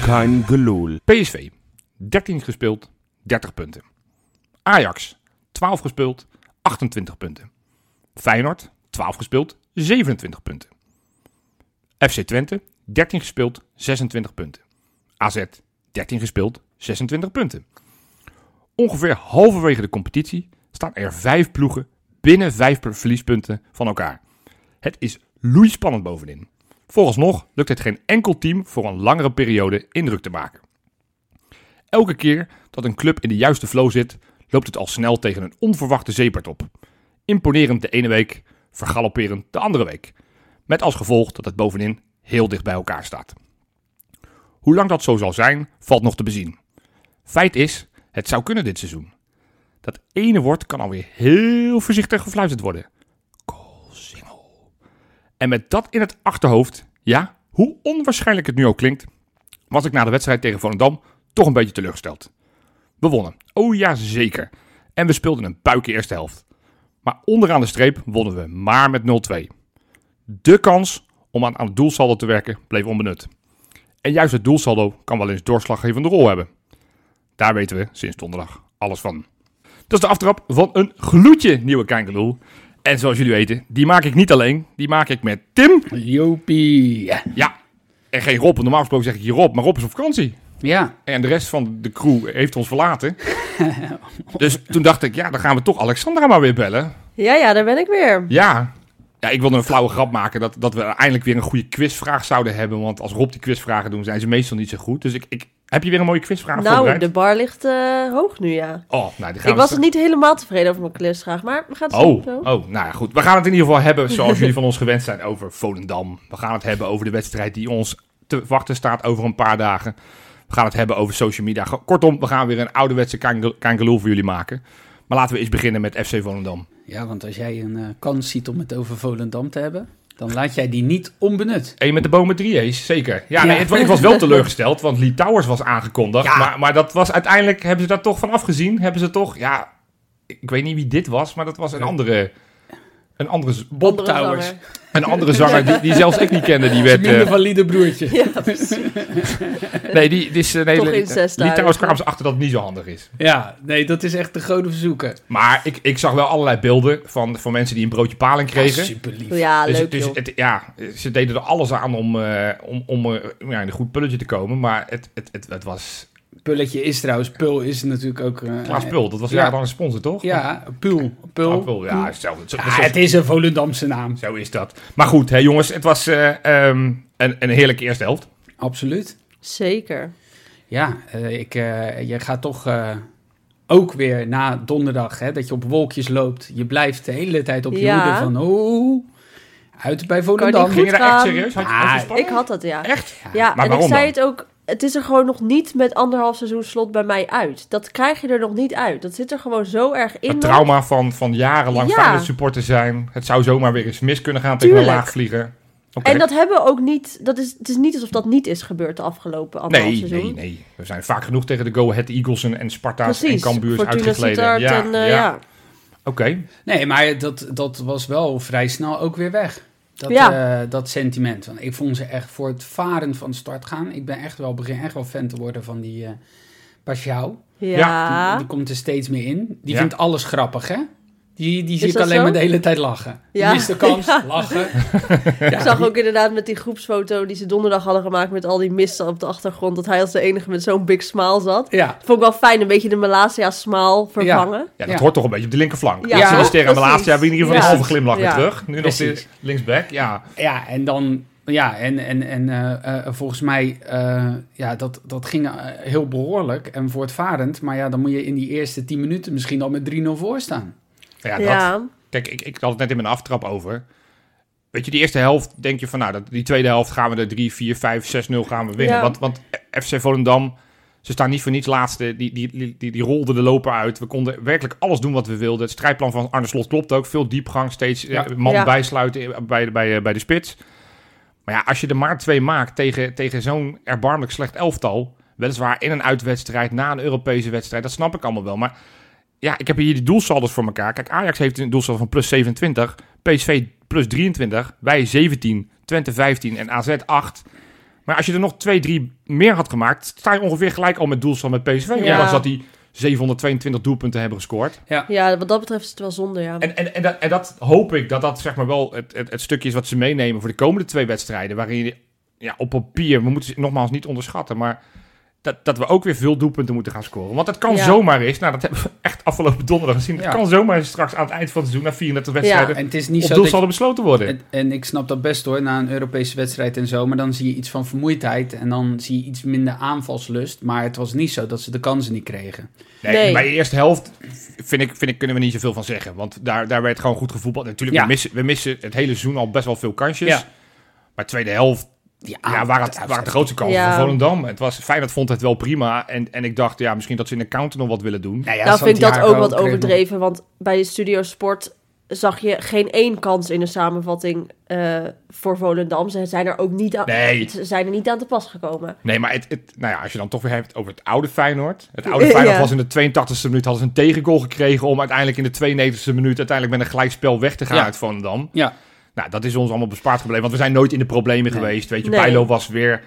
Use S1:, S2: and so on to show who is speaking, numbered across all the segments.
S1: Kein gelul.
S2: PSV, 13 gespeeld, 30 punten. Ajax, 12 gespeeld, 28 punten. Feyenoord, 12 gespeeld, 27 punten. FC Twente, 13 gespeeld, 26 punten. AZ, 13 gespeeld, 26 punten. Ongeveer halverwege de competitie staan er vijf ploegen binnen vijf per- verliespunten van elkaar. Het is loeispannend bovenin. Vooralsnog lukt het geen enkel team voor een langere periode indruk te maken. Elke keer dat een club in de juiste flow zit, loopt het al snel tegen een onverwachte zeepert op. Imponerend de ene week, vergalopperend de andere week. Met als gevolg dat het bovenin heel dicht bij elkaar staat. Hoe lang dat zo zal zijn, valt nog te bezien. Feit is, het zou kunnen dit seizoen. Dat ene woord kan alweer heel voorzichtig gefluisterd worden. Koolsingel. En met dat in het achterhoofd, ja, hoe onwaarschijnlijk het nu ook klinkt, was ik na de wedstrijd tegen Volendam toch een beetje teleurgesteld. We wonnen. Oh ja, zeker. En we speelden een puikie eerste helft. Maar onderaan de streep wonnen we maar met 0-2. De kans om aan, aan het doelsaldo te werken bleef onbenut. En juist het doelsaldo kan wel eens doorslaggevende rol hebben. Daar weten we sinds donderdag alles van. Dat is de aftrap van een gloedje nieuwe Kankeloel. En zoals jullie weten, die maak ik niet alleen. Die maak ik met Tim.
S3: Jopie. Ja.
S2: Ja, en geen Rob. want Normaal gesproken zeg ik hier Rob, maar Rob is op vakantie.
S3: ja.
S2: En de rest van de crew heeft ons verlaten. dus toen dacht ik, ja, dan gaan we toch Alexandra maar weer bellen.
S4: Ja, ja, daar ben ik weer.
S2: Ja. Ja, ik wilde een flauwe grap maken dat, dat we eindelijk weer een goede quizvraag zouden hebben. Want als Rob die quizvragen doen, zijn ze meestal niet zo goed. Dus ik, ik heb je weer een mooie quizvraag
S4: nou,
S2: voorbereid?
S4: de bar ligt eh, hoog nu, ja.
S2: Oh, nou, die gaan
S4: Ik
S2: we
S4: was
S2: stra-
S4: niet helemaal tevreden over mijn klusvraag, maar we gaan het zien.
S2: Oh,
S4: zo.
S2: oh, nou ja, goed. We gaan het in ieder geval hebben, zoals jullie van ons gewend zijn, over Volendam. We gaan het hebben over de wedstrijd die ons te wachten staat over een paar dagen. We gaan het hebben over social media. Ge- Kortom, we gaan weer een ouderwetse kangeloel voor jullie maken. Maar laten we eens beginnen met FC Volendam.
S3: ja, want als jij een eh, kans ziet om het over Volendam te hebben, dan laat jij die niet onbenut.
S2: Eén met de bomen, drie A's, zeker. Ja,
S3: Ja.
S2: Nee, het, wa- ik was wel teleurgesteld, want Lee Towers was aangekondigd.
S3: Ja.
S2: Maar, maar dat was uiteindelijk, hebben ze daar toch van afgezien? Hebben ze toch, ja, ik weet niet wie dit was, maar dat was een andere... Een andere, z-
S3: Bob
S4: Andere
S3: Towers.
S4: zanger.
S2: een andere zanger die, die zelfs ik niet kende. Die werd,
S3: Minder
S2: eh,
S3: valide broertje.
S4: Ja, precies.
S2: Nee, die, die is... eh, nee,
S4: Toch
S2: die-
S4: incest
S2: die- Trouwens
S4: eigenlijk.
S2: kwamen ze achter dat het niet zo handig is.
S3: Ja, nee, dat is echt de grote verzoeken.
S2: Maar ik, ik zag wel allerlei beelden van, van mensen die een broodje paling kregen.
S3: Super lief.
S4: Oh, ja
S2: dus
S4: leuk
S2: dus
S4: joh.
S2: het, ja, ze deden er alles aan om, eh, om, om eh, ja, in een goed pulletje te komen. Maar het, het, het, het was
S3: Pulletje is trouwens, Pul is natuurlijk ook... eh,
S2: Klaas Ah, Pul. Dat was
S3: Ja.
S2: jarenlang een sponsor, toch?
S3: Ja, Pul. Pul.
S2: Klaas Pul, ja, hetzelfde. Zo,
S3: Ja,
S2: zo-
S3: het is een Volendamse naam.
S2: zo is dat. Maar goed, hè, jongens. Het was eh, ehm, een, een heerlijke eerste helft.
S3: Absoluut.
S4: Zeker.
S3: Ja, eh, ik, eh, je gaat toch eh, ook weer na donderdag, hè, dat je op wolkjes loopt. Je blijft de hele tijd op je
S4: Ja.
S3: hoede van, oeh, uit bij Volendam.
S4: niet
S2: Ging je daar echt
S4: gaan.
S2: serieus? Had je,
S3: Ah,
S2: had je spanning?
S4: Ik had dat, ja.
S2: Echt?
S4: Ja,
S2: Maar
S4: en ik
S2: waarom
S4: zei
S2: dan?
S4: het ook. Het is er gewoon nog niet met anderhalf seizoen slot bij mij uit. Dat krijg je er nog niet uit. Dat zit er gewoon zo erg in.
S2: Het
S4: nog.
S2: trauma van, van jarenlang
S4: Ja.
S2: Feyenoord supporter zijn. Het zou zomaar weer eens mis kunnen gaan tegen een
S4: Tuurlijk.
S2: laag vliegen.
S4: En dat hebben we ook niet. Dat is, het is niet alsof dat niet is gebeurd de afgelopen anderhalf
S2: Nee,
S4: seizoen.
S2: nee, nee. We zijn vaak genoeg tegen de Go Ahead Eagles en, en Sparta's
S4: Precies.
S2: en Cambuurs
S4: Fortuna
S2: uitgegleden.
S4: Sittard en eh, ja.
S2: Oké.
S3: Nee, maar dat, dat was wel vrij snel ook weer weg. Dat,
S4: Ja.
S3: eh, dat sentiment. Want ik vond ze echt voor het varen van start gaan. Ik ben echt wel, begin echt wel fan te worden van die eh Pashao.
S4: Ja.
S2: Ja,
S4: Ja.
S3: Die komt er steeds meer in. Die
S2: Ja.
S3: vindt alles grappig, hè? Die, die ziet
S4: dat
S3: alleen
S4: zo?
S3: maar de hele tijd lachen.
S4: Ja.
S3: Mist de kans, lachen.
S4: Ik zag ook inderdaad met die groepsfoto die ze donderdag hadden gemaakt met al die misten op de achtergrond. Dat hij als de enige met zo'n big smile zat.
S3: Ja,
S4: Vond ik wel fijn, een beetje de Malasia smile vervangen.
S2: dat
S3: Ja.
S2: hoort toch een beetje op de linkerflank.
S4: Ja,
S2: Ja, ja,
S3: toch?
S2: sterren en de laatste
S4: Precies.
S2: hebben we in ieder geval een
S4: Ja.
S2: halve glimlach weer
S4: Ja.
S2: terug. Nu nog
S3: Precies.
S2: de linksback. Ja.
S3: Ja, en dan. Ja, en, en, en eh, eh, volgens mij, eh, ja, dat, dat ging eh, heel behoorlijk en voortvarend. Maar ja, dan moet je in die eerste 10 minuten misschien al met 3-0 voor staan.
S2: Ja,
S4: Ja,
S2: dat. Kijk, ik, ik had het net in mijn aftrap over. Weet je, die eerste helft denk je van, nou, dat, die tweede helft gaan we er 3, 4, 5, 6-0 gaan we winnen.
S4: Ja.
S2: Want, want FC Volendam, ze staan niet voor niets laatste. Die, die, die, die, die rolden de loper uit. We konden werkelijk alles doen wat we wilden. Het strijdplan van Arne Slot klopt ook. Veel diepgang, steeds eh,
S3: Ja.
S2: man
S4: Ja.
S2: bijsluiten bij, de- bij, eh, bij de spits. Maar ja, als je er maar twee maakt tegen, tegen zo'n erbarmelijk slecht elftal... weliswaar in een uitwedstrijd, na een Europese wedstrijd... dat snap ik allemaal wel, maar ja, ik heb hier die doelsaldo's voor elkaar. Kijk, Ajax heeft een doelsaldo van plus 27, PSV plus 23, wij 17, Twente 15 en AZ 8. Maar als je er nog twee, drie meer had gemaakt, sta je ongeveer gelijk al met doelstand met PSV.
S4: Ja.
S2: Ondanks dat die 722 doelpunten hebben gescoord.
S4: Ja, wat dat betreft is het wel zonde, ja.
S2: En, en, en, dat, en dat hoop ik dat dat zeg maar wel het, het, het stukje is wat ze meenemen voor de komende twee wedstrijden. Waarin je ja, op papier, we moeten ze nogmaals niet onderschatten, maar dat, dat we ook weer veel doelpunten moeten gaan scoren. Want het kan
S4: Ja.
S2: zomaar eens, nou dat hebben we echt afgelopen donderdag gezien. Het
S3: Ja.
S2: kan zomaar eens straks aan het eind van het seizoen, na 34 wedstrijden,
S3: En het is niet
S2: op
S3: zo
S2: doel
S3: dat
S2: zal er besloten worden.
S3: En, en ik snap dat best hoor, na een Europese wedstrijd en zo. Maar dan zie je iets van vermoeidheid en dan zie je iets minder aanvalslust. Maar het was niet zo dat ze de kansen niet kregen.
S2: Nee,
S4: Nee.
S2: Bij de eerste helft vind ik, vind ik, kunnen we niet zoveel van zeggen. Want daar, daar werd gewoon goed gevoetbald. Natuurlijk,
S3: Ja.
S2: we, missen, we missen het hele seizoen al best wel veel kansjes.
S3: Ja.
S2: Maar tweede helft
S4: Ah,
S2: ja, waren, het, waren het de grootste kansen
S4: Ja.
S2: van Volendam. Het was, Feyenoord vond het wel prima. En, en ik dacht, ja, misschien dat ze in de counter nog wat willen doen.
S3: Nou, ja,
S4: nou vind ik dat
S3: Santiago
S4: ook wat
S3: kreeg nog-
S4: overdreven, want bij de Studio Sport zag je geen één kans in de samenvatting eh, voor Volendam. Ze zijn er ook niet aan,
S2: Nee.
S4: ze zijn er niet aan te pas gekomen.
S2: Nee, maar het, het, nou ja, als je dan toch weer hebt over het oude Feyenoord. Het oude Feyenoord
S4: Ja.
S2: was in de 82e minuut hadden ze een tegengoal gekregen... om uiteindelijk in de 92e minuut uiteindelijk met een gelijkspel weg te gaan
S3: Ja.
S2: uit Volendam.
S3: Ja,
S2: Nou, dat is ons allemaal bespaard gebleven. Want we zijn nooit in de problemen
S3: Nee.
S2: geweest. Weet je,
S4: Nee.
S2: Bijlo was weer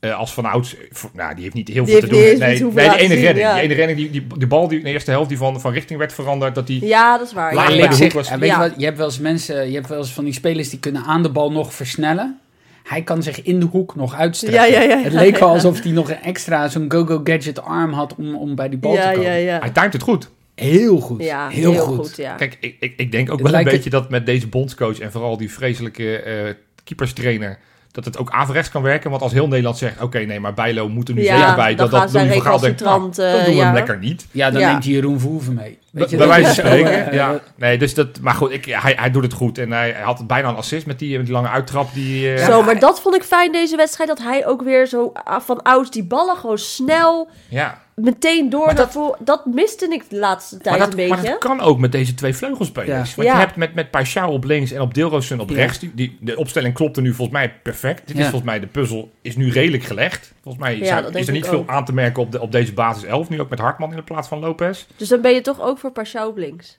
S2: eh, als vanouds... eh, voor- nou, die heeft niet heel
S4: Die
S2: veel te doen.
S4: heeft niet eens
S2: nee,
S4: iets hoeven
S2: nee, die
S4: laten
S2: ene
S4: zien,
S2: redding.
S4: ja.
S2: Die ene redding, die, die, die bal die in de eerste helft die van, van richting werd veranderd... dat die
S4: Ja, dat is waar.
S2: Laat
S3: maar
S4: ja,
S2: bij
S4: ja.
S3: ik
S2: de
S3: zeg,
S2: hoek was-
S3: eh, weet je
S4: Ja.
S3: wat, je hebt wel eens mensen, je hebt wel eens van die spelers die kunnen aan de bal nog versnellen. Hij kan zich in de hoek nog uitstrekken.
S4: Ja, ja, ja, ja,
S3: het leek wel
S4: ja.
S3: alsof hij nog een extra zo'n go-go gadget arm had om, om bij die bal
S4: ja,
S3: te komen.
S4: ja, ja.
S2: Hij timed het goed.
S3: Heel goed.
S4: Ja,
S3: heel, goed.
S4: ja.
S2: Kijk, ik, ik, ik denk ook
S3: Het
S2: wel een
S3: lijkt
S2: beetje dat met deze bondscoach... en vooral die vreselijke eh keeperstrainer... dat het ook averechts kan werken. Want als heel Nederland zegt... oké, nee, maar Bijlo moet er nu
S4: Ja,
S2: zeker bij...
S4: dan
S2: dat dat
S4: gaan zij
S2: Louis van Gaal denkt... nou,
S4: recalcitrant,
S2: dan
S4: eh,
S2: doen we hem
S4: ja.
S2: lekker niet.
S3: Ja, dan
S4: Ja.
S3: neemt hij Jeroen Verhoeven mee. Weet je,
S2: bij
S3: dat
S2: wijze
S3: is
S2: van
S3: zo,
S2: spreken,
S3: eh,
S2: ja. Nee, dus dat, maar goed, ik, ja, hij, hij doet het goed. En hij, hij had bijna een assist met die, met die lange uittrap. Die, eh,
S4: Zo, maar dat vond ik fijn deze wedstrijd. Dat hij ook weer zo ah, van ouds die ballen gewoon snel
S2: ja.
S4: meteen door.
S2: Maar
S4: naar
S2: dat-
S4: voren. dat miste ik de laatste
S2: Maar,
S4: tijd
S2: dat,
S4: een
S2: maar
S4: beetje.
S2: dat kan ook met deze twee vleugelspelers.
S3: Ja.
S2: Want
S4: Ja.
S2: je hebt met, met Paixão op links en op Deelroosun op
S3: Ja.
S2: rechts. Die, die, de opstelling klopte nu volgens mij perfect. Dit
S3: Ja.
S2: is volgens mij, de puzzel is nu redelijk gelegd. Volgens mij
S4: Ja,
S2: zijn-
S4: dat
S2: is
S4: denk
S2: er niet
S4: ik
S2: veel
S4: ook.
S2: aan te merken op, de, op deze basis 11. Nu ook met Hartman in de plaats van Lopez.
S4: Dus dan ben je toch ook voor Paschal op links.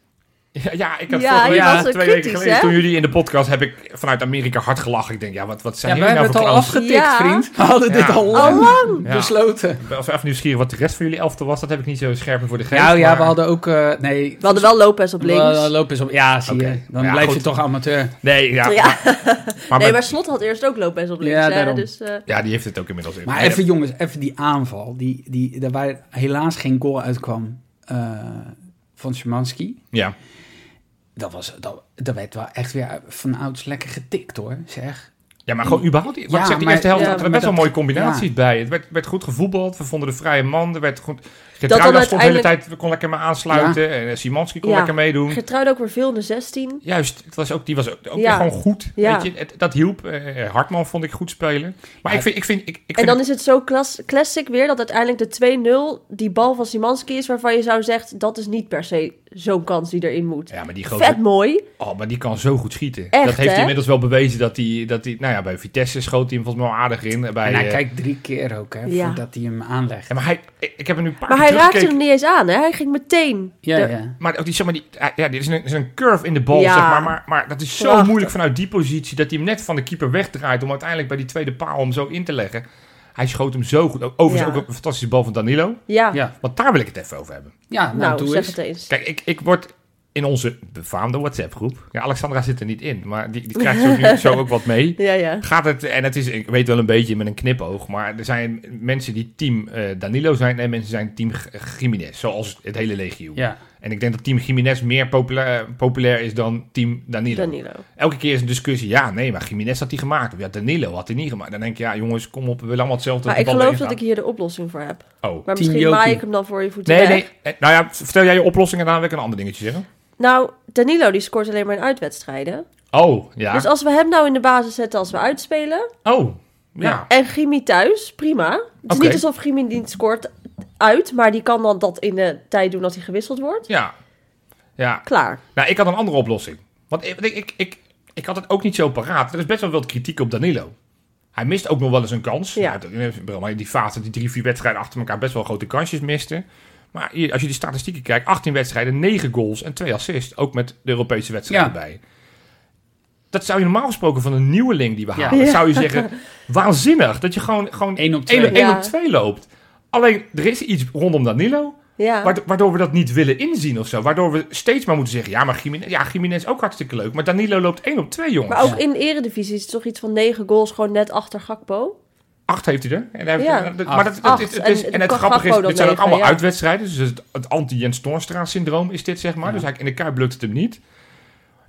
S2: Ja, ja, ik heb
S4: Ja,
S2: vorige
S4: je
S2: week,
S4: was
S2: twee
S4: wel
S2: weken
S4: kritisch,
S2: geleden,
S4: hè?
S2: toen jullie in de podcast, heb ik vanuit Amerika hard gelachen. Ik denk, ja, wat, wat zijn
S3: Ja,
S2: ja,
S3: wij
S2: jullie nou
S3: hebben
S2: voor
S3: het al
S2: clowns?
S3: afgetikt,
S4: Ja.
S3: vriend. We hadden dit
S2: Ja.
S3: al lang
S4: Allang!
S2: Ja.
S3: besloten.
S2: Ik ben wel even nieuwsgierig wat de rest van jullie elfte was. Dat heb ik niet zo scherp meer voor de geest.
S3: Nou ja,
S2: maar-
S3: we hadden ook... eh, nee,
S4: We hadden wel Lopez op links.
S3: eh, Lopez op... Ja, zie
S2: Oké.
S3: je. Dan
S2: Ja,
S3: blijf je
S2: goed.
S3: toch amateur.
S2: Nee, ja.
S4: Ja.
S2: Maar, maar
S4: nee,
S2: met-
S4: maar Slot had eerst ook Lopez op links.
S3: Ja,
S4: hè,
S3: daarom.
S4: Dus, eh,
S2: Ja, die heeft het ook inmiddels in.
S3: Maar
S2: Nee,
S3: even jongens, even die aanval. Die, die, daar waar helaas geen goal uitkwam eh, van Szymanski.
S2: Ja.
S3: Dat, was, dat, dat werd wel echt weer van ouds lekker getikt hoor, zeg.
S2: ja, maar gewoon überhaupt. Wat
S3: Ja,
S2: zegt die
S3: maar-
S2: eerste helft?
S4: ja,
S2: had er
S3: maar
S2: best wel
S3: dat-
S2: mooie combinaties bij. Het werd, werd goed gevoetbald. We vonden de vrije man. Er werd goed...
S4: dan
S2: Getruida stond de hele
S4: uiteindelijk-
S2: tijd... kon lekker maar aansluiten. En eh, Simanski kon
S4: Ja.
S2: lekker meedoen.
S4: Gertruid ook weer veel in de 16.
S2: Juist, het was ook, die was ook, ook
S4: Ja.
S2: weer gewoon goed.
S4: Ja.
S2: Weet je, het- dat hielp. Eh, Hartman vond ik goed spelen. Maar
S3: Ja.
S2: ik vind... Ik vind, ik, ik
S4: En
S2: vind
S4: dan is het zo klas- classic weer dat uiteindelijk de 2-0 die bal van Simanski is waarvan je zou zeggen dat is niet per se zo'n kans die erin moet.
S2: Ja, maar die
S4: Vet
S2: grote...
S4: mooi.
S2: Oh, maar die kan zo goed schieten.
S4: Echt,
S2: dat heeft hij
S4: hè?
S2: inmiddels wel bewezen dat hij... Dat hij nou ja, bij Vitesse schoot hij hem volgens mij wel aardig in. Bij,
S3: En hij
S2: eh,
S3: kijkt drie keer ook hè,
S4: Ja.
S3: voordat hij hem aanlegt.
S2: Ja, maar hij, ik, ik heb hem nu een paar
S4: Maar
S2: keer
S4: hij raakte
S2: teruggekeken.
S4: hem niet eens aan, hè? Hij ging meteen.
S3: Ja,
S4: er-
S3: ja.
S2: Maar ook die, zeg maar, die, ja, dit is een, is een curve in de bal,
S4: Ja.
S2: zeg maar, maar. Maar dat is zo
S4: Prachtig.
S2: moeilijk vanuit die positie dat hij hem net van de keeper wegdraait om uiteindelijk bij die tweede paal hem zo in te leggen. Hij schoot hem zo goed. Overigens
S4: Ja.
S2: ook een fantastische bal van Danilo.
S4: Ja.
S3: Ja.
S2: Want daar wil ik het even over hebben.
S3: Ja, nou,
S4: Ah. Nou,
S3: doe
S4: zeg
S3: eens.
S4: het eens.
S2: Kijk, ik, ik word in onze befaamde WhatsApp-groep. Ja, Alexandra zit er niet in, maar die, die krijgt zo, nu- zo ook wat mee.
S4: Ja, ja.
S2: Gaat het, en het is, ik weet wel een beetje met een knipoog, maar er zijn mensen die team eh, Danilo zijn en mensen zijn team G- Jiménez, zoals het hele legio.
S3: Ja.
S2: En ik denk dat team Jiménez meer populair, populair is dan team Danilo.
S4: Danilo.
S2: Elke keer is een discussie. Ja, nee, maar Jiménez had die gemaakt. Of ja, Danilo had die niet gemaakt. Dan denk je, ja jongens, kom op, we willen allemaal hetzelfde.
S4: Maar
S2: de
S4: ik
S2: bal
S4: geloof
S2: erin
S4: dat ik
S2: gaan.
S4: hier de oplossing voor heb.
S2: Oh.
S4: Maar
S3: Team
S4: misschien maai
S3: Jokie.
S4: ik hem dan voor je voeten
S2: Nee,
S4: weg.
S2: nee. eh, Nou ja, vertel jij je oplossing en daarna wil ik een ander dingetje zeggen.
S4: Nou, Danilo die scoort alleen maar in uitwedstrijden.
S2: Oh, ja.
S4: Dus als we hem nou in de basis zetten als we uitspelen...
S2: Oh, ja.
S4: en Gimi thuis, prima. Het is
S2: Oké.
S4: niet alsof Gimi niet scoort uit... maar die kan dan dat in de tijd doen dat hij gewisseld wordt.
S2: Ja. Ja.
S4: Klaar.
S2: Nou, ik had een andere oplossing. Want ik, ik, ik, ik, ik had het ook niet zo paraat. Er is best wel wat kritiek op Danilo. Hij mist ook nog wel eens een kans.
S4: Ja.
S2: Nou, dat- ik bedoel, maar in die fase, die drie, vier wedstrijden achter elkaar best wel grote kansjes miste. Maar hier, als je die statistieken kijkt, 18 wedstrijden, 9 goals en 2 assists. Ook met de Europese wedstrijden
S3: Ja.
S2: bij. Dat zou je normaal gesproken van een nieuweling die we
S3: Ja.
S2: halen,
S4: Ja.
S2: zou je zeggen, waanzinnig. Dat je gewoon, gewoon
S3: Eén op twee.
S2: één op, één
S4: Ja.
S2: op twee loopt. Alleen, er is iets rondom Danilo,
S4: Ja.
S2: waardo- waardoor we dat niet willen inzien of zo. Waardoor we steeds maar moeten zeggen, ja, maar Jiménez, ja, Jiménez ook hartstikke leuk. Maar Danilo loopt één op twee, jongens.
S4: Maar ook in de eredivisie is het toch iets van negen goals gewoon net achter Gakpo.
S2: Acht heeft hij er. En, hij heeft,
S4: Ja.
S2: dat- maar dat, dat-
S4: Acht.
S2: het, het
S4: En
S2: is, en,
S4: dan
S2: het
S4: kan
S2: grappige is,
S4: Gakpo
S2: dit
S4: dan
S2: zijn ook
S4: leveren,
S2: allemaal
S4: ja.
S2: uitwedstrijden. Dus het, het anti-Jens Toornstra-syndroom is dit, zeg maar.
S3: Ja.
S2: Dus eigenlijk in de Kuip lukt het hem niet.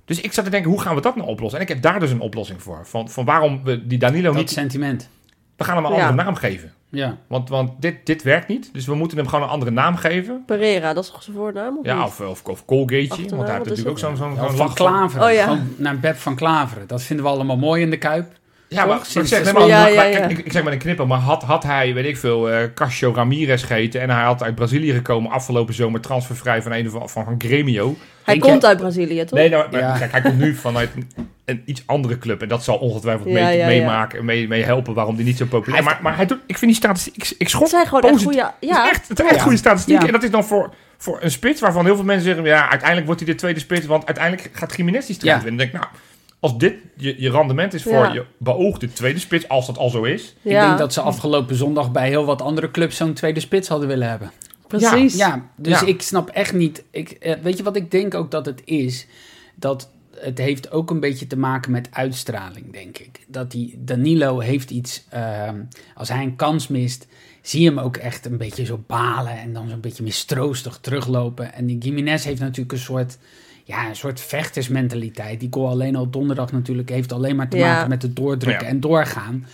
S2: Dus ik zat te denken, hoe gaan we dat nou oplossen? En ik heb daar dus een oplossing voor. Van, van waarom we die Danilo
S3: Dat
S2: niet...
S3: sentiment.
S2: We gaan hem een
S4: Ja.
S2: andere naam geven.
S3: Ja.
S2: Want, want dit, dit werkt niet. Dus we moeten hem gewoon een andere naam geven.
S4: Pereira, dat is toch zijn voornaam? Of
S2: Ja,
S4: niet?
S2: of, of, of Colgateje.
S4: Achternaam,
S2: Want hij heeft
S4: wat is
S2: natuurlijk
S4: nou?
S2: ook zo'n zo'n
S3: Ja, of
S2: zo'n
S3: Nou, van
S2: lach van-
S3: Klaveren.
S4: Oh, ja.
S3: Gewoon naar Beb van Klaveren. Dat vinden we allemaal mooi in de Kuip.
S2: Ja, maar,
S3: Toch?
S2: ik,
S3: Sinds
S2: zeg,
S3: de
S2: nee, maar,
S4: Ja,
S2: maar-
S4: ja,
S2: maar-
S4: ja.
S2: Ik, ik zeg maar een knippen, maar had, had hij, weet ik veel, eh Casio Ramirez gegeten en hij had uit Brazilië gekomen afgelopen zomer transfervrij van een of van, van, van Gremio.
S4: Hij
S3: Henk,
S4: komt uit Brazilië, toch?
S2: Nee, nou, maar
S3: Ja.
S2: kijk, hij komt nu vanuit een, een iets andere club en dat zal ongetwijfeld
S4: Ja,
S2: mee,
S4: ja,
S2: meemaken en mee, mee helpen waarom die niet zo populair is. Maar, maar hij doet, ik vind die statistiek, ik, ik
S4: het
S2: schrok
S4: zijn gewoon echt
S2: positief.
S4: goede...
S2: Het is
S4: Ja,
S2: echt, het zijn echt
S3: Ja.
S2: goede statistieken.
S3: Ja.
S2: En dat is dan voor, voor een spits waarvan heel veel mensen zeggen... ja, uiteindelijk wordt hij de tweede spits... want uiteindelijk gaat Jiménez die strijd
S3: Ja.
S2: winnen. Dan denk ik, nou, als dit je, je rendement is voor
S4: Ja.
S2: je beoogde tweede spits... als dat al zo is...
S3: Ik
S4: ja.
S3: denk dat ze afgelopen zondag bij heel wat andere clubs zo'n tweede spits hadden willen hebben.
S4: precies.
S3: Ja, dus
S2: Ja.
S3: ik snap echt niet. Ik, eh, weet je wat ik denk ook dat het is? Dat het heeft ook een beetje te maken met uitstraling, denk ik. Dat die Danilo heeft iets. ehm, als hij een kans mist, zie je hem ook echt een beetje zo balen en dan zo'n beetje mistroostig teruglopen. En die Gimenez heeft natuurlijk een soort. Ja, een soort vechtersmentaliteit. Die goal alleen al donderdag natuurlijk heeft alleen maar te
S4: Ja.
S3: maken met het doordrukken
S2: Ja.
S3: en doorgaan.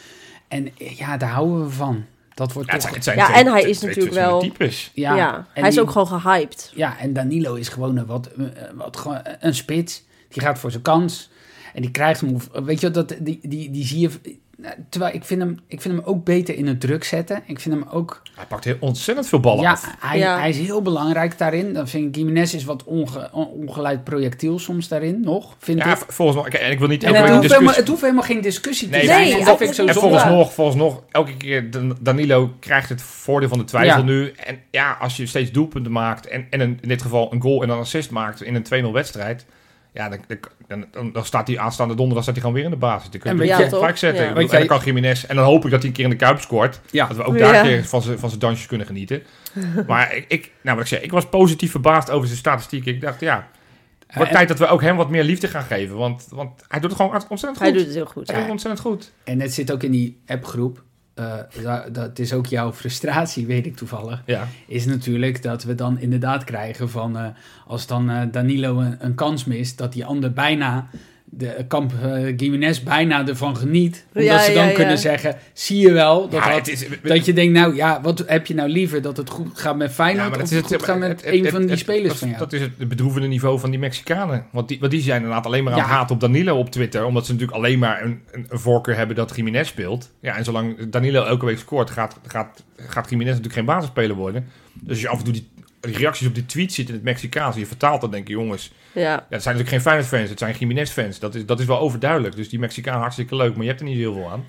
S3: En eh, ja, daar houden we van. Dat wordt
S2: Ja, het
S3: toch...
S2: zijn, het zijn
S4: Ja,
S2: twee-
S4: en hij
S2: twee-
S4: is
S2: twee
S4: natuurlijk
S2: verschillende
S4: wel-
S2: Types.
S4: Ja,
S3: en
S4: hij is
S3: die-
S4: ook gewoon gehyped.
S3: ja, en Danilo is gewoon een, wat, eh, wat, gewoon een spits. Die gaat voor zijn kans. En die krijgt hem. Weet je, wat, dat, die, die, die zie je. nou, Terwijl ik vind, hem, ik vind hem ook beter in het druk zetten. Ik vind hem ook.
S2: Hij pakt heel ontzettend veel ballen
S3: Ja
S2: af.
S3: hij,
S4: Ja.
S3: hij is heel belangrijk daarin. Dan vind ik Gimenez is wat onge, on- ongeleid projectiel soms daarin nog. Vind
S2: Ja,
S3: ik.
S2: v- volgens mij... kijk, En ik wil niet
S3: En
S2: elke
S3: het,
S2: week een
S3: hoeft helemaal,
S2: discussie...
S3: het hoeft helemaal geen discussie
S2: Nee,
S3: te zijn.
S4: nee,
S3: en
S4: ook-
S3: dat vind ik zo
S4: en
S2: En
S3: zonde.
S2: volgens
S4: zonde.
S2: nog, volgens nog, elke keer Dan- Danilo krijgt het voordeel van de twijfel
S3: Ja.
S2: nu. En ja, als je steeds doelpunten maakt en, en een, in dit geval een goal en een assist maakt in een 2-0 wedstrijd. Ja, dan, dan, dan, dan staat hij aanstaande donderdag staat hij gewoon weer in de basis. Dan kun je
S3: En
S2: hem
S3: weet
S2: weer
S3: je-
S2: op gelijk
S4: Ja,
S2: zetten.
S4: toch?
S2: Ik bedoel,
S3: Ja.
S2: En dan kan Jiménez. En dan hoop ik dat hij een keer in de Kuip scoort.
S3: Ja.
S2: Dat we ook daar
S4: Ja.
S2: een keer van zijn, van zijn dansjes kunnen genieten. maar ik, ik, nou, wat ik, zeg, ik was positief verbaasd over zijn statistieken. Ik dacht, ja, het wordt
S3: en-
S2: tijd dat we ook hem wat meer liefde gaan geven. Want, want hij doet het gewoon ontzettend goed.
S4: Hij doet het heel goed.
S2: Hij doet het ontzettend goed.
S3: En het zit ook in die appgroep. eh, da- dat is ook jouw frustratie, weet ik toevallig.
S2: Ja.
S3: is natuurlijk dat we dan inderdaad krijgen van eh, als dan eh, Danilo een, een kans mist, dat die ander bijna de kamp eh Gimenez bijna ervan geniet. Omdat
S4: Ja,
S3: ze dan
S4: ja, ja.
S3: kunnen zeggen, zie je wel dat,
S2: Ja,
S3: dat,
S2: het is-
S3: dat je denkt, nou ja, wat heb je nou liever dat het goed gaat met Feyenoord
S2: maar
S3: of
S2: dat
S3: het
S2: is
S3: goed gaat met
S2: het- het-
S3: een
S2: het-
S3: van die
S2: het-
S3: spelers
S2: dat,
S3: van jou?
S2: Dat is het bedroevende niveau van die Mexicanen. Want die, want die zijn inderdaad alleen maar aan
S3: Ja.
S2: het haten op Danilo op Twitter. Omdat ze natuurlijk alleen maar een, een, een voorkeur hebben dat Jiménez speelt. Ja, en zolang Danilo elke week scoort, gaat, gaat, gaat Jiménez natuurlijk geen basisspeler worden. Dus als je af en toe die die reacties op die tweet ziet in het Mexicaans, en je vertaalt dat, denk je, jongens,
S4: Ja.
S2: ja, het zijn natuurlijk geen Feyenoord-fans, het zijn Jiménez-fans. Dat is, dat is wel overduidelijk. Dus die Mexicaan hartstikke leuk, maar je hebt er niet heel veel aan.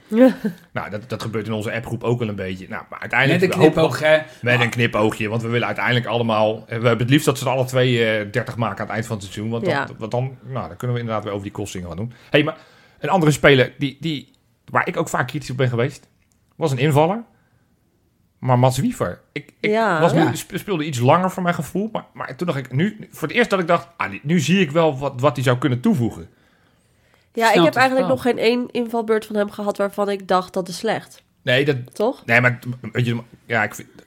S2: Nou, dat, dat gebeurt in onze appgroep ook wel een beetje. Nou, maar uiteindelijk...
S3: Met een
S2: we hopen-
S3: knipoog, hè?
S2: met een knipoogje, want we willen uiteindelijk allemaal... We hebben het liefst dat ze het alle twee eh, 30 maken aan het eind van het seizoen. Want,
S4: Ja.
S2: dat, want dan, nou, dan kunnen we inderdaad weer over die kostingen gaan doen. hey, maar een andere speler die, die, waar ik ook vaak kritisch op ben geweest... was een invaller, maar Mats Wiever. Ik, ik
S4: Ja.
S2: was, nu-
S3: Ja.
S2: sp- speelde iets langer voor mijn gevoel. Maar, maar toen dacht ik, nu, voor het eerst dat ik dacht... Ah, die- nu zie ik wel wat, wat hij zou kunnen toevoegen.
S4: ja, ik
S3: Snel
S4: heb
S3: te vertalen.
S4: eigenlijk nog geen één invalbeurt van hem gehad waarvan ik dacht dat is slecht.
S2: Nee, dat,
S4: Toch?
S2: nee maar weet je, ja, ik vind... Kijk,